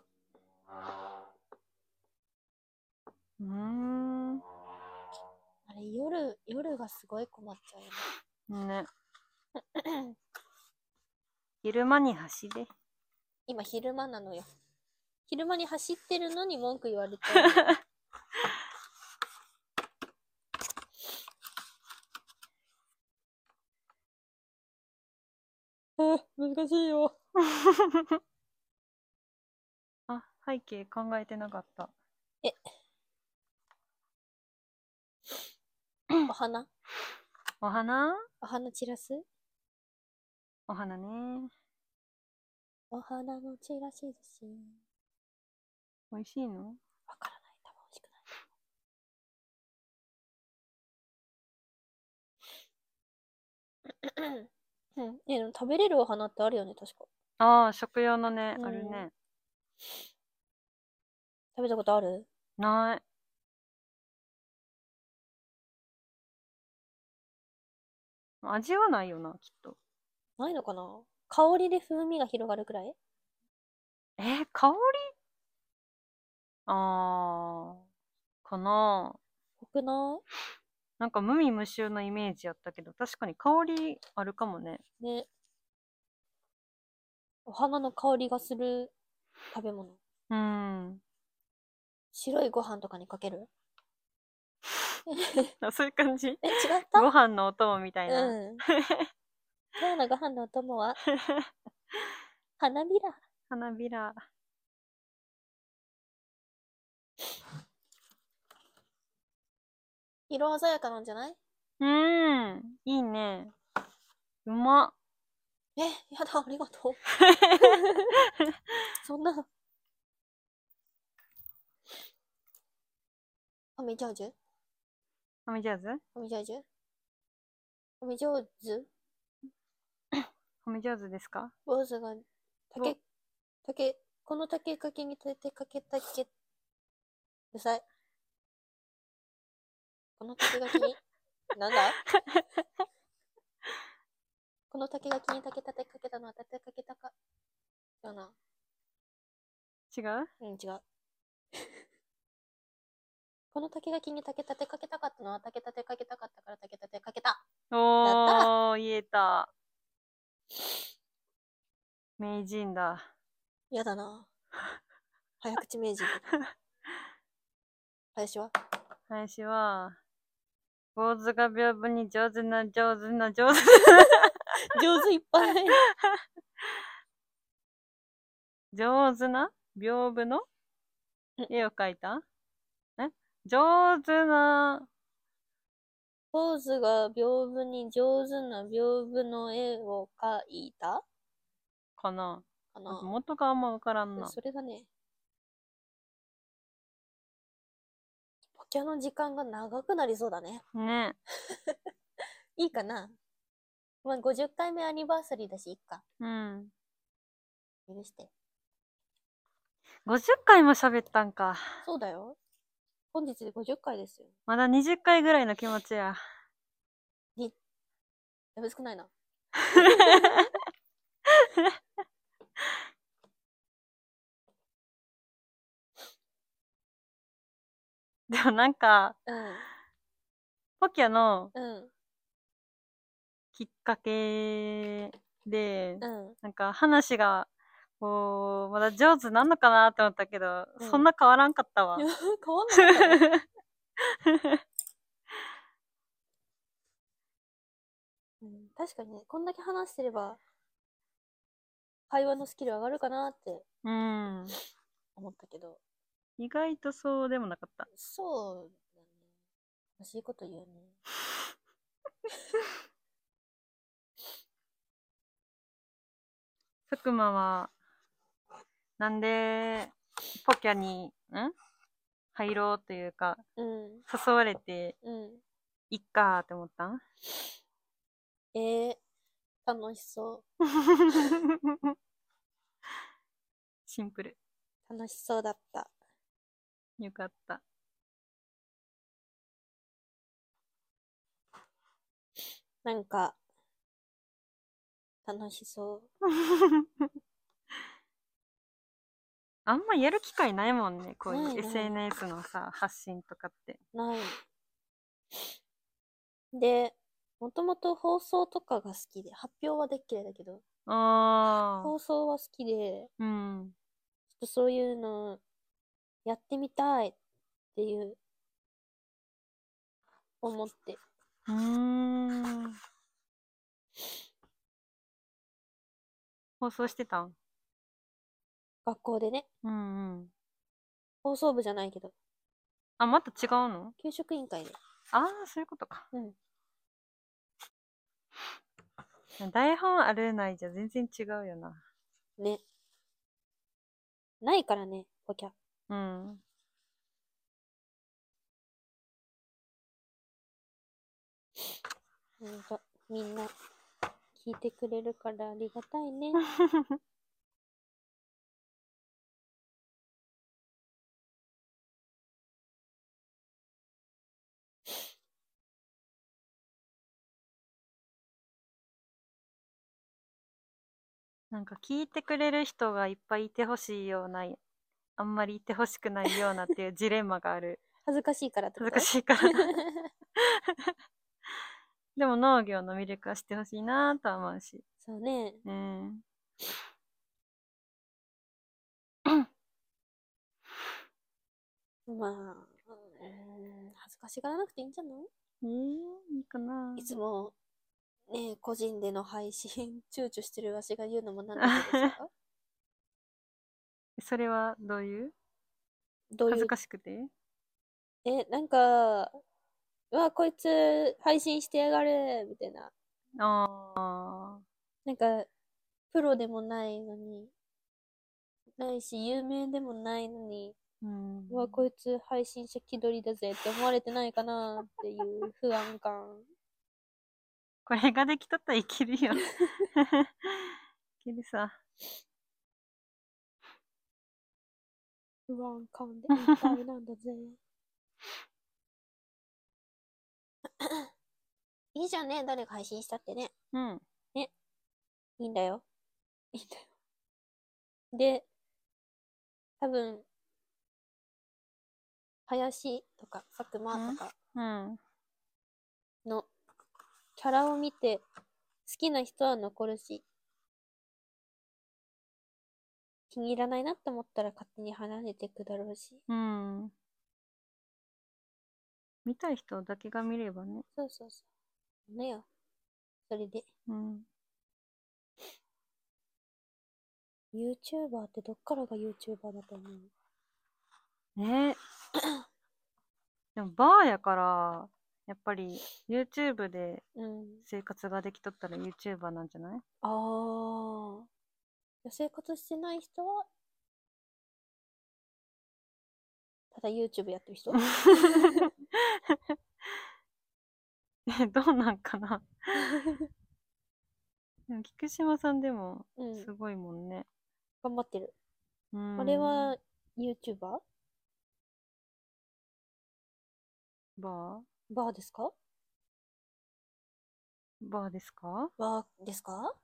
[SPEAKER 1] うーん。
[SPEAKER 2] あれ、夜、夜がすごい困っちゃうよね。
[SPEAKER 1] ね。昼間に走れ。
[SPEAKER 2] 今昼間なのよ。昼間に走ってるのに文句言われちゃう。あ難しいよ。
[SPEAKER 1] あ、背景考えてなかった。
[SPEAKER 2] お花
[SPEAKER 1] お花
[SPEAKER 2] お花散らす
[SPEAKER 1] お花ね。
[SPEAKER 2] お花の散らし寿司。
[SPEAKER 1] 美味しいの
[SPEAKER 2] わからない。多分美味しくない。うん、えでも食べれるお花ってあるよね、確か。
[SPEAKER 1] ああ、食用のね、
[SPEAKER 2] うん
[SPEAKER 1] あるね。
[SPEAKER 2] 食べたことある
[SPEAKER 1] ない。味はないよな、きっと。
[SPEAKER 2] ないのかな香りで風味が広がるくらい
[SPEAKER 1] えー、香りああ、かな。
[SPEAKER 2] 濃くな
[SPEAKER 1] なんか無味無臭のイメージやったけど、確かに香りあるかもね。
[SPEAKER 2] いね。お花の香りがする食べ物。
[SPEAKER 1] うん。
[SPEAKER 2] 白いご飯とかにかける
[SPEAKER 1] そういう感じ
[SPEAKER 2] え、違った
[SPEAKER 1] ご飯のお供みたいな。
[SPEAKER 2] うん。今日のご飯のお供は花びら。
[SPEAKER 1] 花びら。
[SPEAKER 2] 色鮮やかなんじゃないう
[SPEAKER 1] ーん、いいね。うまっ。
[SPEAKER 2] え、やだ、ありがとう。そんな。おみ上手
[SPEAKER 1] 飲み上手
[SPEAKER 2] おみ上手おみ上手
[SPEAKER 1] 褒め上手ですか
[SPEAKER 2] 坊主が、竹、竹、この竹かけに立てかけたけ、うるさい。この竹垣に、なんだこの竹垣に竹立てかけたのは立てかけたか、だな。
[SPEAKER 1] 違う
[SPEAKER 2] うん、違う。 この竹垣に竹立てかけたかったのは竹立てかけたかったから竹立てかけた。
[SPEAKER 1] おー、言えた。名人だ。
[SPEAKER 2] やだな。早口名 人だな。林は
[SPEAKER 1] 林は、坊主が屏風に上手な上手な 上手。
[SPEAKER 2] 上手いっぱい。
[SPEAKER 1] 上手な屏風の
[SPEAKER 2] うん
[SPEAKER 1] 絵を描いたえ上手な、
[SPEAKER 2] 坊主が屏風に上手な屏風の絵を描いた
[SPEAKER 1] かな。
[SPEAKER 2] かな。
[SPEAKER 1] 元があんまわからんな。
[SPEAKER 2] それがね、ポキャの時間が長くなりそうだね。
[SPEAKER 1] ね。
[SPEAKER 2] いいかなまあ、50回目アニバーサリーだし、いっか。
[SPEAKER 1] うん。
[SPEAKER 2] 許して。
[SPEAKER 1] 50回も喋ったんか。
[SPEAKER 2] そうだよ。本日で50回ですよ。
[SPEAKER 1] まだ20回ぐらいの気持ちや。
[SPEAKER 2] やべ、少ないな。
[SPEAKER 1] でもなんか、
[SPEAKER 2] うん。
[SPEAKER 1] ポキャの
[SPEAKER 2] うん。
[SPEAKER 1] きっかけで、
[SPEAKER 2] うん。
[SPEAKER 1] なんか話が、こう、まだ上手なんのかなって思ったけど、
[SPEAKER 2] うん
[SPEAKER 1] そんな変わらんかったわ。
[SPEAKER 2] いや変わんなかったねうん、確かにね、こんだけ話してれば、会話のスキル上がるかなって
[SPEAKER 1] うん。
[SPEAKER 2] 思ったけど、
[SPEAKER 1] 意外とそうでもなかった。
[SPEAKER 2] そうだね。欲しいこと言うね。
[SPEAKER 1] 佐久間は、なんで、ポキャに、ん入ろうというか、
[SPEAKER 2] うん。
[SPEAKER 1] 誘われて、
[SPEAKER 2] うん。
[SPEAKER 1] いっかーって思ったん
[SPEAKER 2] ええ楽しそ
[SPEAKER 1] シンプル。
[SPEAKER 2] う。楽しそうだった。
[SPEAKER 1] よか った。
[SPEAKER 2] なんか、楽しそう。
[SPEAKER 1] あんまやる機会ないもんね、こう
[SPEAKER 2] ない
[SPEAKER 1] い
[SPEAKER 2] ない
[SPEAKER 1] う SNS のさ、発信とかって。
[SPEAKER 2] ない。で、もともと放送とかが好きで、発表はできれいだけど、
[SPEAKER 1] ああ
[SPEAKER 2] 放、送は好きで、ちょっ
[SPEAKER 1] うん。
[SPEAKER 2] とそういうのやってみたいっていう、思って。
[SPEAKER 1] うーん。放送してたん
[SPEAKER 2] 学校でね、
[SPEAKER 1] うんうん。
[SPEAKER 2] 放送部じゃないけど、
[SPEAKER 1] あ、また違うの
[SPEAKER 2] 給食委員会で。
[SPEAKER 1] ああ、そういうことか。
[SPEAKER 2] うん。
[SPEAKER 1] 台本あるないじゃ全然違うよな。
[SPEAKER 2] ね。ないからね、おキャ。
[SPEAKER 1] うん。
[SPEAKER 2] ほんと、みんな、聞いてくれるからありがたいね。
[SPEAKER 1] なんか聞いてくれる人がいっぱいいてほしいような、あんまりいてほしくないようなっていうジレンマが ある。
[SPEAKER 2] 恥ずかしいからってこ
[SPEAKER 1] 恥ず
[SPEAKER 2] と
[SPEAKER 1] かしいから。 でも農業の魅力はしてほしいなとは思うし。
[SPEAKER 2] そうね。
[SPEAKER 1] うん。
[SPEAKER 2] まあ、うーん、恥ず恥ずかしがらなくていいんじゃない
[SPEAKER 1] えー、いいかない
[SPEAKER 2] つも、ねえ、個人での配信、躊躇してるわしが言うのもなんだけどさ、
[SPEAKER 1] それはどういう
[SPEAKER 2] どう
[SPEAKER 1] 恥
[SPEAKER 2] い
[SPEAKER 1] ず
[SPEAKER 2] う、
[SPEAKER 1] かしくて
[SPEAKER 2] え、なんか、うわ、こいつ、配信してやがる、みたいな。
[SPEAKER 1] あ
[SPEAKER 2] なんか、プロでもないのに、ないし、有名でもないのに、
[SPEAKER 1] ーうん
[SPEAKER 2] うわ、こいつ、配信者気取りだぜって思われてないかなっていう不安感。
[SPEAKER 1] これができとったらいけるよ。 いけるさ。
[SPEAKER 2] 不安感でいっぱいなんだぜ。 いいじゃんね、誰が配信したってね。
[SPEAKER 1] うん。
[SPEAKER 2] いいんだよ。いいんだよ。で、多分、林とか佐久間とか
[SPEAKER 1] うん。
[SPEAKER 2] のキャラを見て、好きな人は残るし、気に入らないなって思ったら勝手に離れていくだろうし。
[SPEAKER 1] うん。見たい人だけが見ればね。
[SPEAKER 2] そうそうそう。ねよ。それで。
[SPEAKER 1] うん。
[SPEAKER 2] YouTuber ってどっからが YouTuber だと思う
[SPEAKER 1] ね でもバーやから、やっぱり YouTube で
[SPEAKER 2] うん。
[SPEAKER 1] 生活ができとったら YouTuber なんじゃない
[SPEAKER 2] ああ。生活してない人は、ただ YouTube やってる 人
[SPEAKER 1] え、どうなんかな でも菊島さんでも
[SPEAKER 2] うん
[SPEAKER 1] す。ごいもんね。
[SPEAKER 2] 頑張ってる。
[SPEAKER 1] うん、
[SPEAKER 2] あれは YouTuber?
[SPEAKER 1] バー
[SPEAKER 2] バーですか
[SPEAKER 1] バーですか
[SPEAKER 2] バーですか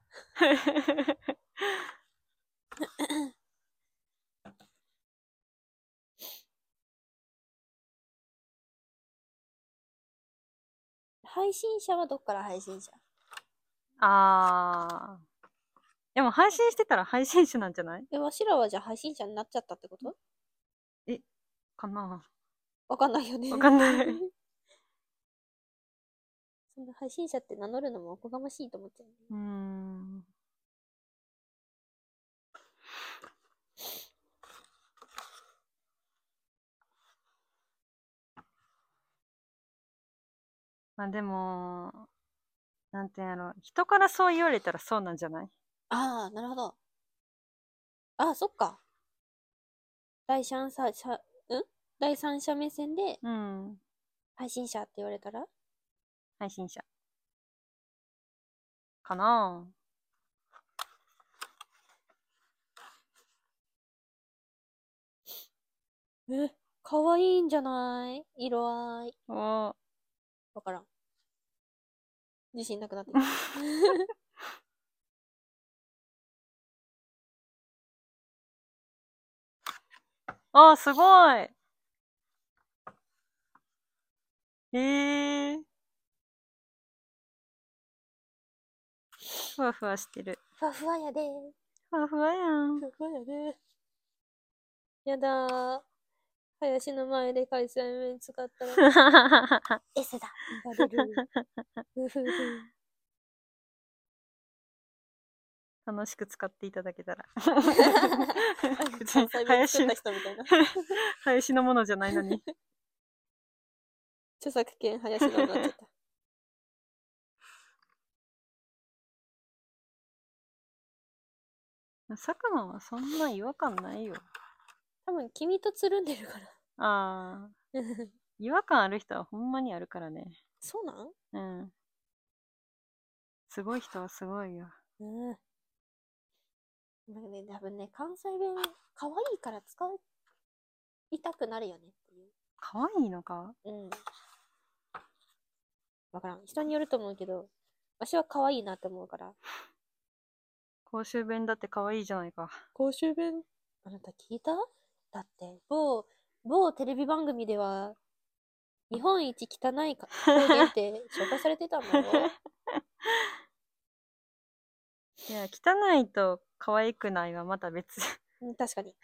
[SPEAKER 2] 配信者はどっから配信者
[SPEAKER 1] あー。でも配信してたら配信者なんじゃない
[SPEAKER 2] え、わしらはじゃあ配信者になっちゃったってこと
[SPEAKER 1] かな
[SPEAKER 2] わかんないよね。
[SPEAKER 1] わかんない
[SPEAKER 2] そんな配信者って名乗るのもおこがましいと思っちゃうね。
[SPEAKER 1] うーん。まあでも、なんていうんやろ、人からそう言われたらそうなんじゃない
[SPEAKER 2] ああ、なるほど。ああ、そっか。第三者、者ん第三者目線で
[SPEAKER 1] うん。
[SPEAKER 2] 配信者って言われたら
[SPEAKER 1] 配信者。かな
[SPEAKER 2] え、かわいいんじゃない色合い。
[SPEAKER 1] ぁ。おー
[SPEAKER 2] わからん。自信なくなって きた。
[SPEAKER 1] あー、すごいええー。ふわふわしてる。
[SPEAKER 2] ふわふわやでー。
[SPEAKER 1] ふわふわやん。
[SPEAKER 2] ふわふわやでー。やだー。林の前で海鮮麺使ったら、S だ言われる。うふふ。
[SPEAKER 1] 楽しく使っていただ けたら。別に
[SPEAKER 2] 関西弁作
[SPEAKER 1] 林
[SPEAKER 2] った
[SPEAKER 1] の、
[SPEAKER 2] 人みたいな。
[SPEAKER 1] 林のものじゃないのに。
[SPEAKER 2] 著作権林のになっちゃった。
[SPEAKER 1] 佐久間はそんな違和感ないよ。
[SPEAKER 2] 多分君とつるんでるから。
[SPEAKER 1] ああ。違和感ある人はほんまにあるからね。
[SPEAKER 2] そうなん
[SPEAKER 1] うん。すごい人はすごいよ。
[SPEAKER 2] うん。なんかね、多分ね、関西弁、可愛いから使いたくなるよねっていう。
[SPEAKER 1] 可愛いのか
[SPEAKER 2] うん。わからん。人によると思うけど、私は可愛いなって思うから。
[SPEAKER 1] 公衆弁だって可愛いじゃないか。
[SPEAKER 2] 公衆弁あなた聞いただって、某、某テレビ番組では、日本一汚いか方言って紹介されてたんだよ。
[SPEAKER 1] いや、汚いと可愛くないはまた別。
[SPEAKER 2] うん確かに。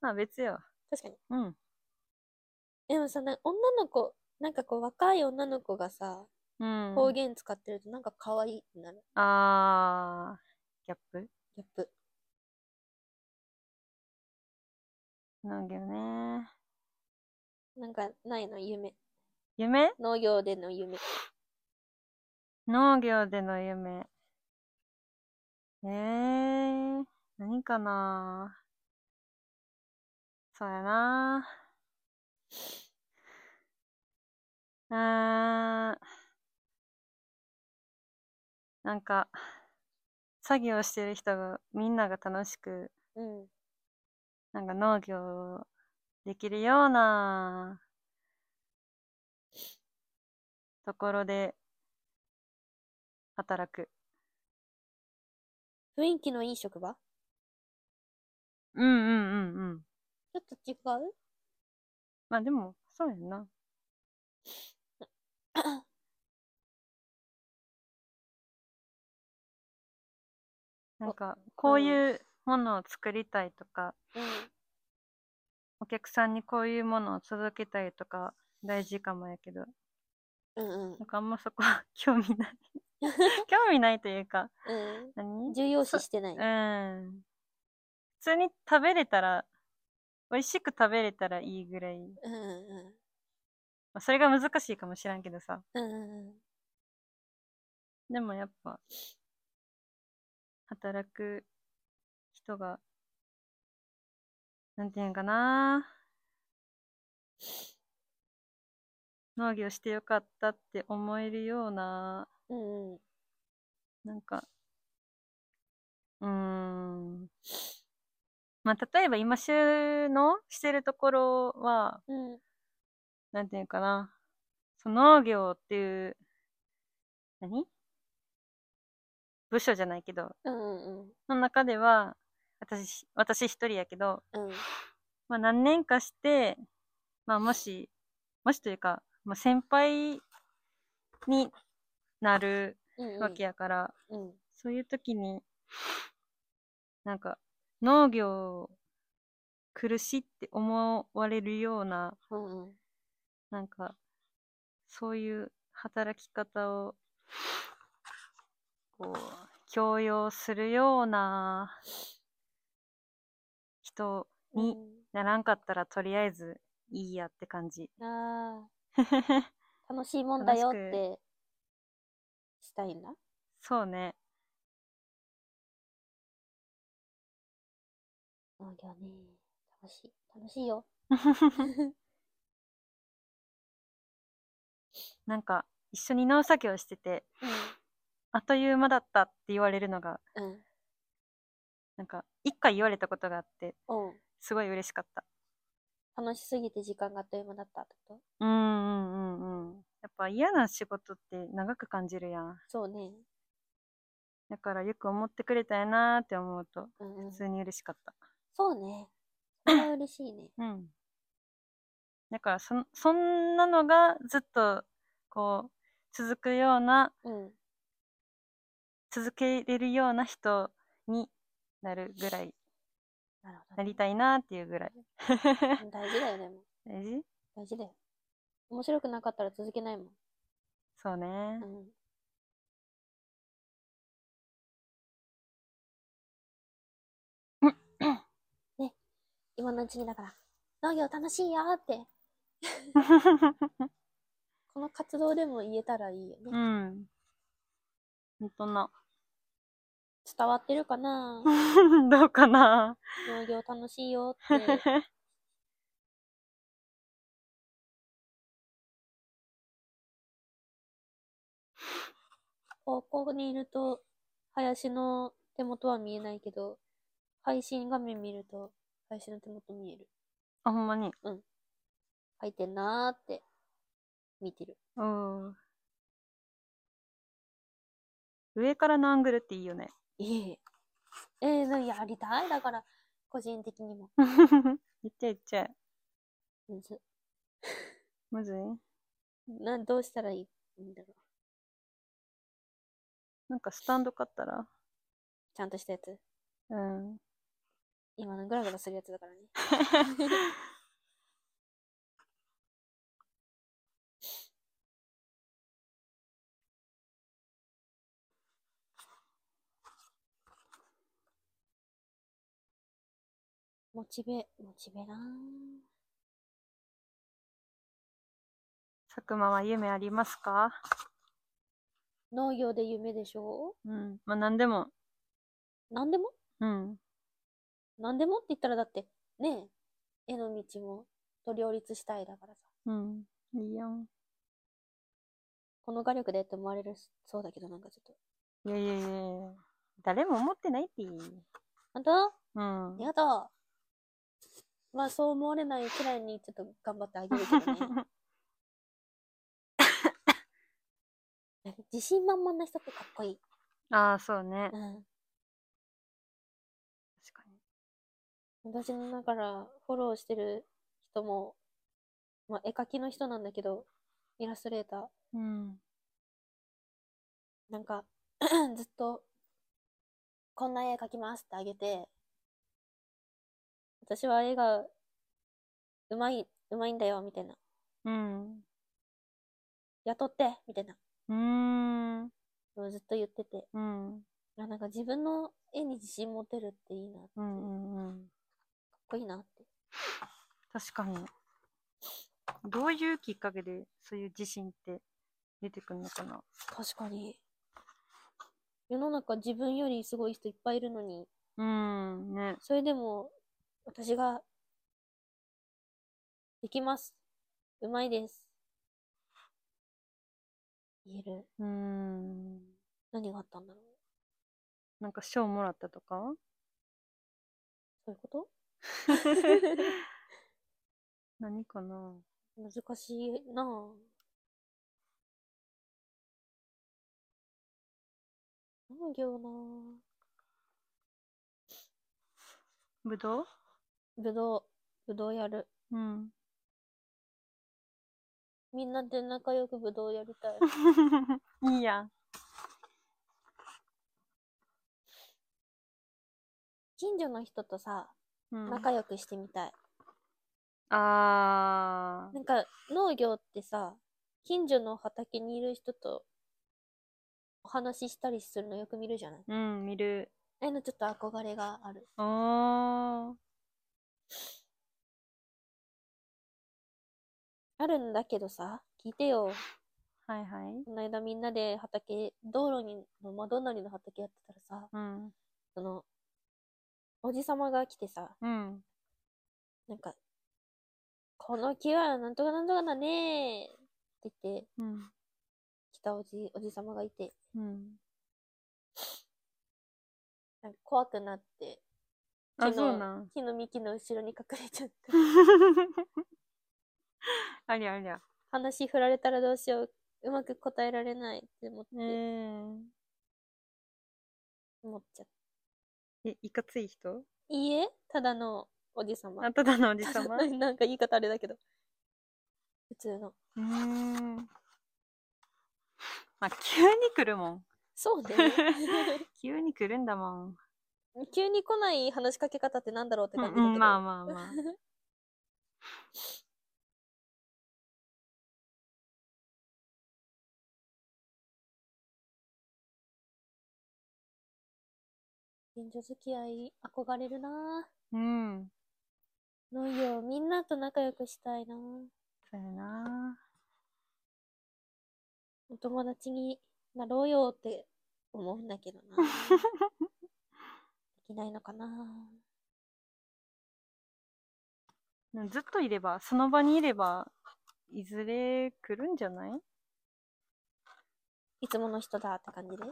[SPEAKER 1] まあ別よ。
[SPEAKER 2] 確かに。
[SPEAKER 1] うん。
[SPEAKER 2] でもさ、な女の子、なんかこう若い女の子がさ、
[SPEAKER 1] うん。
[SPEAKER 2] 方言使ってるとなんか可愛いってなる。
[SPEAKER 1] あー、ギャップ
[SPEAKER 2] ギャップ。
[SPEAKER 1] 農業ね。
[SPEAKER 2] なんかないの、夢。
[SPEAKER 1] 夢
[SPEAKER 2] 農業での夢。
[SPEAKER 1] 農業での夢。えー、何かなそうやなうーん。なんか、作業してる人が、みんなが楽しく、
[SPEAKER 2] うん。
[SPEAKER 1] なんか農業できるようなところで働く。
[SPEAKER 2] 雰囲気のいい職場
[SPEAKER 1] うんうんうんうん。
[SPEAKER 2] ちょっと違う
[SPEAKER 1] まあでも、そうやん な。なんか、こういうものを作りたいとか、
[SPEAKER 2] うん。
[SPEAKER 1] お客さんにこういうものを届けたいとか、大事かもやけど、
[SPEAKER 2] うんうん
[SPEAKER 1] なんかあんまそこは興味 ない。興味ないというか、
[SPEAKER 2] うん。
[SPEAKER 1] 何
[SPEAKER 2] 重要視してない。
[SPEAKER 1] うん。普通に食べれたら、美味しく食べれたらいいぐらい。
[SPEAKER 2] うんうん
[SPEAKER 1] まあ、それが難しいかもしらんけどさ。
[SPEAKER 2] うん。うんうんうん。
[SPEAKER 1] でもやっぱ、働く人が、なんていうんかな。農業してよかったって思えるような、
[SPEAKER 2] うんうん。
[SPEAKER 1] なんか、うーん。まあ、例えば今収納してるところは、
[SPEAKER 2] うん。
[SPEAKER 1] なんていうかな。その農業っていう、何部署じゃないけど、
[SPEAKER 2] うんうん
[SPEAKER 1] の中では、私、私一人やけど、
[SPEAKER 2] うん。
[SPEAKER 1] まあ何年かして、まあもし、もしというか、まあ先輩になる
[SPEAKER 2] うんうん。
[SPEAKER 1] わけやから、
[SPEAKER 2] うん。
[SPEAKER 1] そういう時に、なんか、農業苦しいって思われるような、
[SPEAKER 2] うんうん。
[SPEAKER 1] なんか、そういう働き方を、こう、強要するような人にならんかったらとりあえずいいやって感じ。
[SPEAKER 2] うん、ああ、楽しいもんだよって、したいんだ。
[SPEAKER 1] そうね。
[SPEAKER 2] 農業ね。楽しい。楽しい よ。
[SPEAKER 1] なんか、一緒に農作業してて、あっという間だったって言われるのが、
[SPEAKER 2] うん。うん。
[SPEAKER 1] なんか、一回言われたことがあって、
[SPEAKER 2] うん。
[SPEAKER 1] すごい嬉しかった。
[SPEAKER 2] 楽しすぎて時間があっという間だったってこと
[SPEAKER 1] うんうんうんうん。やっぱ嫌な仕事って長く感じるやん。
[SPEAKER 2] そうね。
[SPEAKER 1] だからよく思ってくれたよなーって思うと、
[SPEAKER 2] うんうん
[SPEAKER 1] 普。通に嬉しかった。
[SPEAKER 2] そうね。それは嬉しいね。
[SPEAKER 1] うん。だからそん、そんなのがずっと、こう、続くような、
[SPEAKER 2] うん。
[SPEAKER 1] 続けれるような人になるぐらい、
[SPEAKER 2] なるほど
[SPEAKER 1] な
[SPEAKER 2] ね、
[SPEAKER 1] りたいなっていうぐらい。
[SPEAKER 2] 大事だよね。でも
[SPEAKER 1] 大事
[SPEAKER 2] 大事だよ。面白くなかったら続けないもん。
[SPEAKER 1] そうね。
[SPEAKER 2] うん。ね、今のうちにだから、農業楽しいよって、この活動でも言えたらいいよ
[SPEAKER 1] う
[SPEAKER 2] ね。
[SPEAKER 1] ん。ほんとな。
[SPEAKER 2] 伝わってるかな
[SPEAKER 1] どうか な
[SPEAKER 2] 農業楽しいよ って。高校にいると、林の手元は見えないけど、配信画面見ると、林の手元見える。
[SPEAKER 1] あ、ほんまに。
[SPEAKER 2] 書いてんなーって、見てる。
[SPEAKER 1] うん。上からのアングルっていいよ ね。
[SPEAKER 2] ええ。ええなやりたいだから、個人的にも。
[SPEAKER 1] いっちゃいっちゃい。
[SPEAKER 2] むず
[SPEAKER 1] むずい
[SPEAKER 2] などうしたらいいんだろう。
[SPEAKER 1] なんかスタンド買ったら
[SPEAKER 2] ちゃんとしたやつ。
[SPEAKER 1] うん。
[SPEAKER 2] 今のグラグラするやつだからね。 モチベ、モチベなぁ
[SPEAKER 1] 佐久間は夢ありますか
[SPEAKER 2] 農業で夢でしょ
[SPEAKER 1] うん。まあ、何でも。
[SPEAKER 2] 何でも
[SPEAKER 1] うん。
[SPEAKER 2] 何でもって言ったらだって、ねえ、絵の道も、と両立したいだからさ。
[SPEAKER 1] うん。いいやん。
[SPEAKER 2] この画力でって思われるそうだけど、なんかちょっと。
[SPEAKER 1] いやいやいやいや誰も思ってないっていい。
[SPEAKER 2] 本当
[SPEAKER 1] うん。
[SPEAKER 2] やだ。まあそう思われないくらいにちょっと頑張ってあげるけどね。自信満々な人ってかっこいい。
[SPEAKER 1] ああ、そうね。
[SPEAKER 2] うん。
[SPEAKER 1] 確かに。
[SPEAKER 2] 私のだからフォローしてる人も、まあ絵描きの人なんだけど、イラストレーター。
[SPEAKER 1] うん。
[SPEAKER 2] なんか、 ずっと、こんな絵描きますってあげて、私は絵が、うまい、うまいんだよ、みたいな。
[SPEAKER 1] うん。
[SPEAKER 2] 雇って、みたいな。
[SPEAKER 1] うーん。
[SPEAKER 2] ずっと言ってて。
[SPEAKER 1] うん。
[SPEAKER 2] あなんか自分の絵に自信持てるっていいな。か
[SPEAKER 1] うんうんうん。
[SPEAKER 2] っこいいなって。
[SPEAKER 1] 確かに。どういうきっかけでそういう自信って出てくるのかな。
[SPEAKER 2] 確かに。世の中自分よりすごい人いっぱいいるのに、
[SPEAKER 1] うん。ね。
[SPEAKER 2] それでも、私が、できます。うまいです。言える。
[SPEAKER 1] うん。
[SPEAKER 2] 何があったんだろう。
[SPEAKER 1] なんか賞もらったとか
[SPEAKER 2] そういうこ
[SPEAKER 1] 何かな
[SPEAKER 2] と難しいなぁ。農業なぁ。
[SPEAKER 1] ぶどう
[SPEAKER 2] ぶどう、ぶどうやる。
[SPEAKER 1] うん。
[SPEAKER 2] みんなで仲良くぶどうやり たい。
[SPEAKER 1] いいやん。
[SPEAKER 2] 近所の人とさ、
[SPEAKER 1] うん、
[SPEAKER 2] 仲良くしてみたい。
[SPEAKER 1] あー
[SPEAKER 2] なんか、農業ってさ、近所の畑にいる人とお話ししたりするのよく見るじゃない。
[SPEAKER 1] うん、見る。
[SPEAKER 2] ああいうのちょっと憧れがある。
[SPEAKER 1] おー。
[SPEAKER 2] あるんだけどさ、聞いてよ。
[SPEAKER 1] はいはい。
[SPEAKER 2] この間みんなで畑、道路にの窓なりの畑やってたらさ、
[SPEAKER 1] うん。
[SPEAKER 2] その、おじさまが来てさ、
[SPEAKER 1] うん。
[SPEAKER 2] なんか、この木はなんとかなんとかだねーって言って
[SPEAKER 1] うん。
[SPEAKER 2] 来たおじ、おじさまがいて、
[SPEAKER 1] うん。
[SPEAKER 2] なんか怖くなって、
[SPEAKER 1] あ、
[SPEAKER 2] 木の
[SPEAKER 1] そうなん。
[SPEAKER 2] 木の幹の後ろに隠れちゃって、
[SPEAKER 1] ありゃありゃ。
[SPEAKER 2] 話振られたらどうしよう、うまく答えられないって思って、
[SPEAKER 1] えー。
[SPEAKER 2] 思っちゃった。
[SPEAKER 1] え、いかつい人
[SPEAKER 2] いいえ、ただのおじさま。
[SPEAKER 1] あ、ただのおじさ ま。う
[SPEAKER 2] なんか言い方あれだけど。普通の。
[SPEAKER 1] ーん。まあ、急に来るもん。
[SPEAKER 2] そう ね。
[SPEAKER 1] 急に来るんだもん。
[SPEAKER 2] 急に来ない話しかけ方ってなんだろうって
[SPEAKER 1] うん
[SPEAKER 2] 感じだけど、
[SPEAKER 1] うん、まあまあまあ。
[SPEAKER 2] 近所付き合い憧れるなぁ
[SPEAKER 1] うん。
[SPEAKER 2] 農業みんなと仲良くしたいなぁ
[SPEAKER 1] そうやな。
[SPEAKER 2] お友達になろうよって思うんだけどなぁ できないのかなぁ
[SPEAKER 1] ずっといれば、その場にいれば、いずれ来るんじゃない
[SPEAKER 2] いつもの人だって感じで
[SPEAKER 1] うん。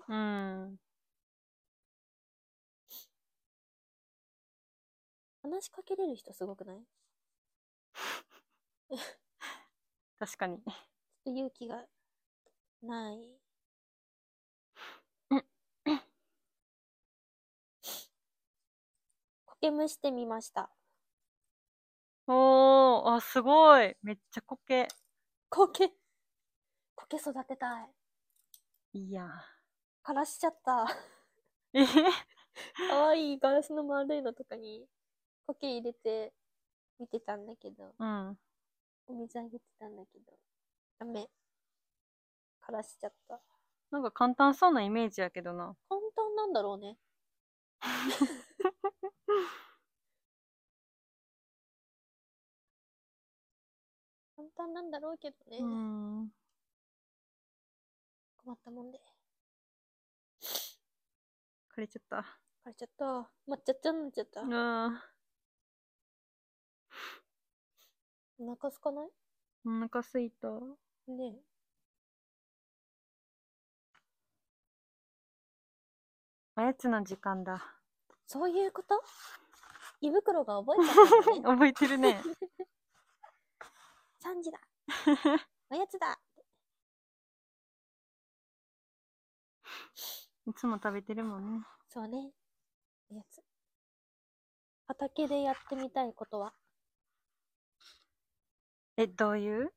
[SPEAKER 2] 話しかけれる人すごくないち
[SPEAKER 1] 確かに。
[SPEAKER 2] ょっと勇気がない
[SPEAKER 1] うん
[SPEAKER 2] コケむしてみました
[SPEAKER 1] おー、あ、すごい。めっちゃコケ。
[SPEAKER 2] コケコケ育てたい
[SPEAKER 1] いいやん。
[SPEAKER 2] 枯らしちゃった
[SPEAKER 1] えへ
[SPEAKER 2] 可愛いガラスの丸いのとかに苔入れて見てたんだけど、
[SPEAKER 1] うん。
[SPEAKER 2] お水あげてたんだけど、ダメ。枯らしちゃった。
[SPEAKER 1] なんか簡単そうなイメージやけどな。
[SPEAKER 2] 簡単なんだろうね。端なんだろうけどね。
[SPEAKER 1] うん。
[SPEAKER 2] 困ったもんで。
[SPEAKER 1] 枯れちゃった。
[SPEAKER 2] 枯れちゃった。抹茶ちゃんになっちゃった。
[SPEAKER 1] うわ
[SPEAKER 2] お腹空かない
[SPEAKER 1] ーお腹すいた。
[SPEAKER 2] ねえ。
[SPEAKER 1] おやつの時間だ。
[SPEAKER 2] そういうこと胃袋が覚えちゃった のね。
[SPEAKER 1] 覚えてるね。
[SPEAKER 2] 3時だ。おやつだ。
[SPEAKER 1] いつも食べてるもんね。
[SPEAKER 2] そうね。おやつ。畑でやってみたいことは
[SPEAKER 1] え、どういう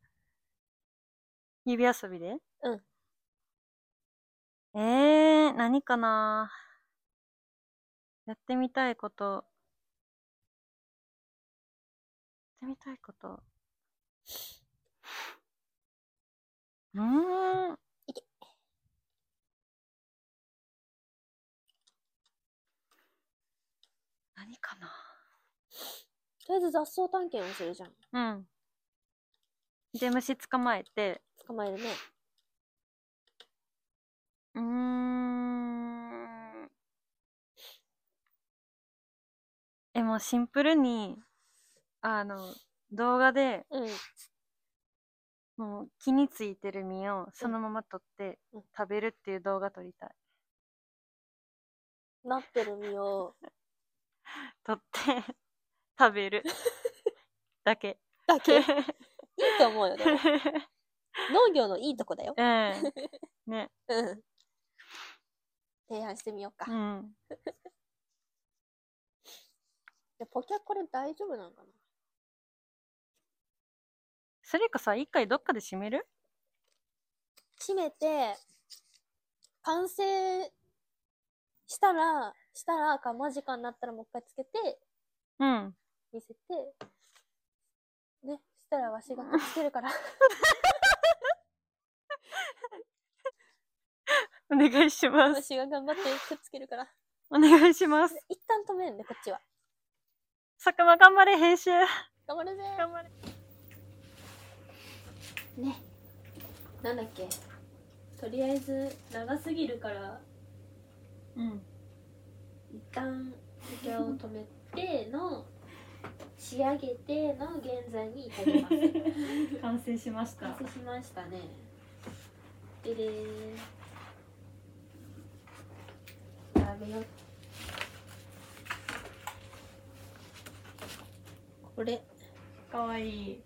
[SPEAKER 1] 指遊びで
[SPEAKER 2] うん。
[SPEAKER 1] えー、何かなやってみたいこと。やってみたいこと。うーん。
[SPEAKER 2] いけ
[SPEAKER 1] 何か
[SPEAKER 2] とりあえず雑草探検をするじゃん。
[SPEAKER 1] なうん。で、虫捕まえて、
[SPEAKER 2] 捕まえるね。
[SPEAKER 1] うーん。え、もうシンプルに、あの、動画で、
[SPEAKER 2] うん。
[SPEAKER 1] もう木についてる実をそのまま取って
[SPEAKER 2] うん
[SPEAKER 1] 食べるっていう動画撮りたい。
[SPEAKER 2] なってる実を。
[SPEAKER 1] 撮って、 食べ る。だけ。
[SPEAKER 2] だけ。いいと思うよ、で も。
[SPEAKER 1] う
[SPEAKER 2] 農業のいいとこだよ。
[SPEAKER 1] ん。ね。
[SPEAKER 2] うん。提案してみようか。
[SPEAKER 1] う
[SPEAKER 2] い
[SPEAKER 1] ん。
[SPEAKER 2] やポキャこれ大丈夫なのかな
[SPEAKER 1] それかさ、一回どっかで閉める
[SPEAKER 2] 閉めて、完成したら、したらか間近になったらもう一回つけて、
[SPEAKER 1] うん。
[SPEAKER 2] 見せて、ね、したらわしがつける から。
[SPEAKER 1] お願いしま
[SPEAKER 2] わ
[SPEAKER 1] す。
[SPEAKER 2] しが頑張ってくっつけるから。
[SPEAKER 1] お願いし ます。
[SPEAKER 2] 一旦止めるんで、こっちは。
[SPEAKER 1] 佐久間頑張れ、編集。
[SPEAKER 2] 頑張るぜ
[SPEAKER 1] 頑張れ。
[SPEAKER 2] ねなんだっけとりあえず長すぎるから
[SPEAKER 1] うん。
[SPEAKER 2] 一旦時間を止めての仕上げての現在に至ります
[SPEAKER 1] 完成しまし
[SPEAKER 2] 完成しましたねででーん並べようこれ
[SPEAKER 1] かわいい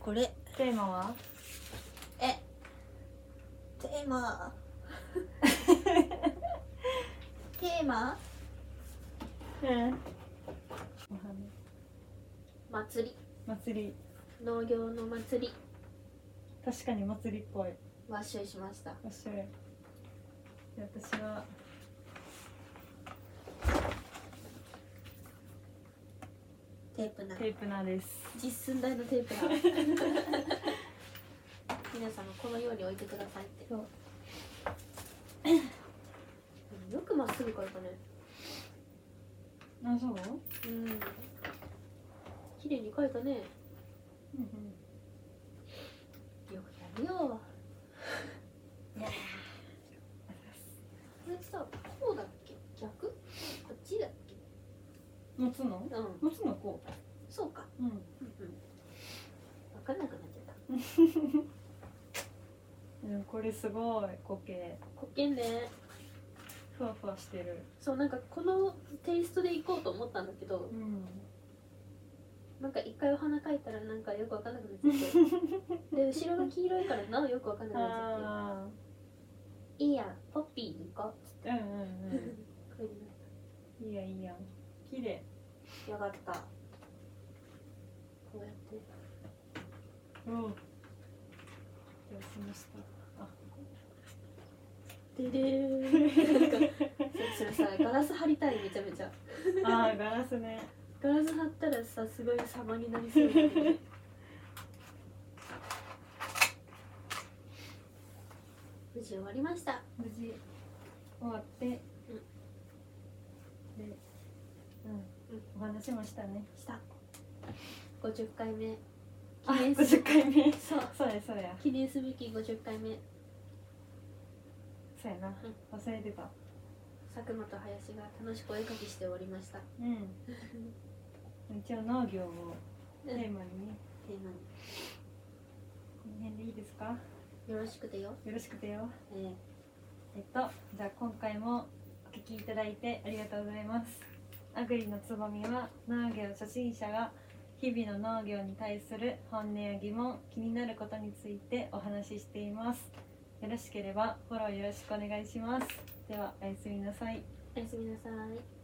[SPEAKER 2] これ
[SPEAKER 1] テーマは
[SPEAKER 2] えテー マテーマ
[SPEAKER 1] うんお花
[SPEAKER 2] 祭り
[SPEAKER 1] 祭り
[SPEAKER 2] 農業の祭り
[SPEAKER 1] 確かに祭りっぽい
[SPEAKER 2] ワッショイしました
[SPEAKER 1] おしゃれで私は
[SPEAKER 2] テープな
[SPEAKER 1] テープナーです
[SPEAKER 2] 実寸大のテープな 皆さんもこのように置いてくださいって
[SPEAKER 1] そう
[SPEAKER 2] よくまっすぐ書いたね
[SPEAKER 1] あそう
[SPEAKER 2] うん綺麗に書いたね
[SPEAKER 1] うん
[SPEAKER 2] よくやるよ
[SPEAKER 1] いや
[SPEAKER 2] これさこうだっけ逆こっちだっけ
[SPEAKER 1] 持つの
[SPEAKER 2] うん
[SPEAKER 1] 持つのこ
[SPEAKER 2] そうか
[SPEAKER 1] うう
[SPEAKER 2] う
[SPEAKER 1] ん
[SPEAKER 2] んうん分かんなくなっちゃった
[SPEAKER 1] でもこれすごい固形
[SPEAKER 2] こけんね
[SPEAKER 1] ふわふわしてる
[SPEAKER 2] そうなんかこのテイストでいこうと思ったんだけど
[SPEAKER 1] ん
[SPEAKER 2] なんか一回お花描いたらなんかよくわかんなくなっちゃってで後ろが黄色いからなおよくわかんなくなっちゃっ
[SPEAKER 1] あ
[SPEAKER 2] ていいやんポッピーに行こ
[SPEAKER 1] あうんう
[SPEAKER 2] う、
[SPEAKER 1] んう
[SPEAKER 2] これになっ
[SPEAKER 1] んいいやいいや綺麗
[SPEAKER 2] てよかったこうやって
[SPEAKER 1] うんどうしましたあ
[SPEAKER 2] ででーんなんかそれさガラス張りたいめちゃめちゃ
[SPEAKER 1] あーガラスね
[SPEAKER 2] ガラス張ったらさすごい様になりそうだよね無事終わりました
[SPEAKER 1] 無事終わって、で、うん、お話しましたね。
[SPEAKER 2] した50回目
[SPEAKER 1] あ、
[SPEAKER 2] 記念す
[SPEAKER 1] 50回目。
[SPEAKER 2] そう
[SPEAKER 1] そうや、そうや。
[SPEAKER 2] 記念すべき50回目
[SPEAKER 1] そうやな。忘れてた。
[SPEAKER 2] 佐久間と林が楽しくお絵描きしておりました
[SPEAKER 1] うん。一応農業を
[SPEAKER 2] う
[SPEAKER 1] テ
[SPEAKER 2] ん
[SPEAKER 1] ーマにね、
[SPEAKER 2] テーマに
[SPEAKER 1] この辺でいいですか
[SPEAKER 2] よろしくてよ、
[SPEAKER 1] よろしくてよ。
[SPEAKER 2] えー
[SPEAKER 1] えっと、じゃあ今回もお聞きいただいてありがとうございます。アグリのつぼみは農業初心者が日々の農業に対する本音や疑問、気になることについてお話ししています。よろしければフォローよろしくお願いします。では、おやすみなさい。
[SPEAKER 2] おやすみなさい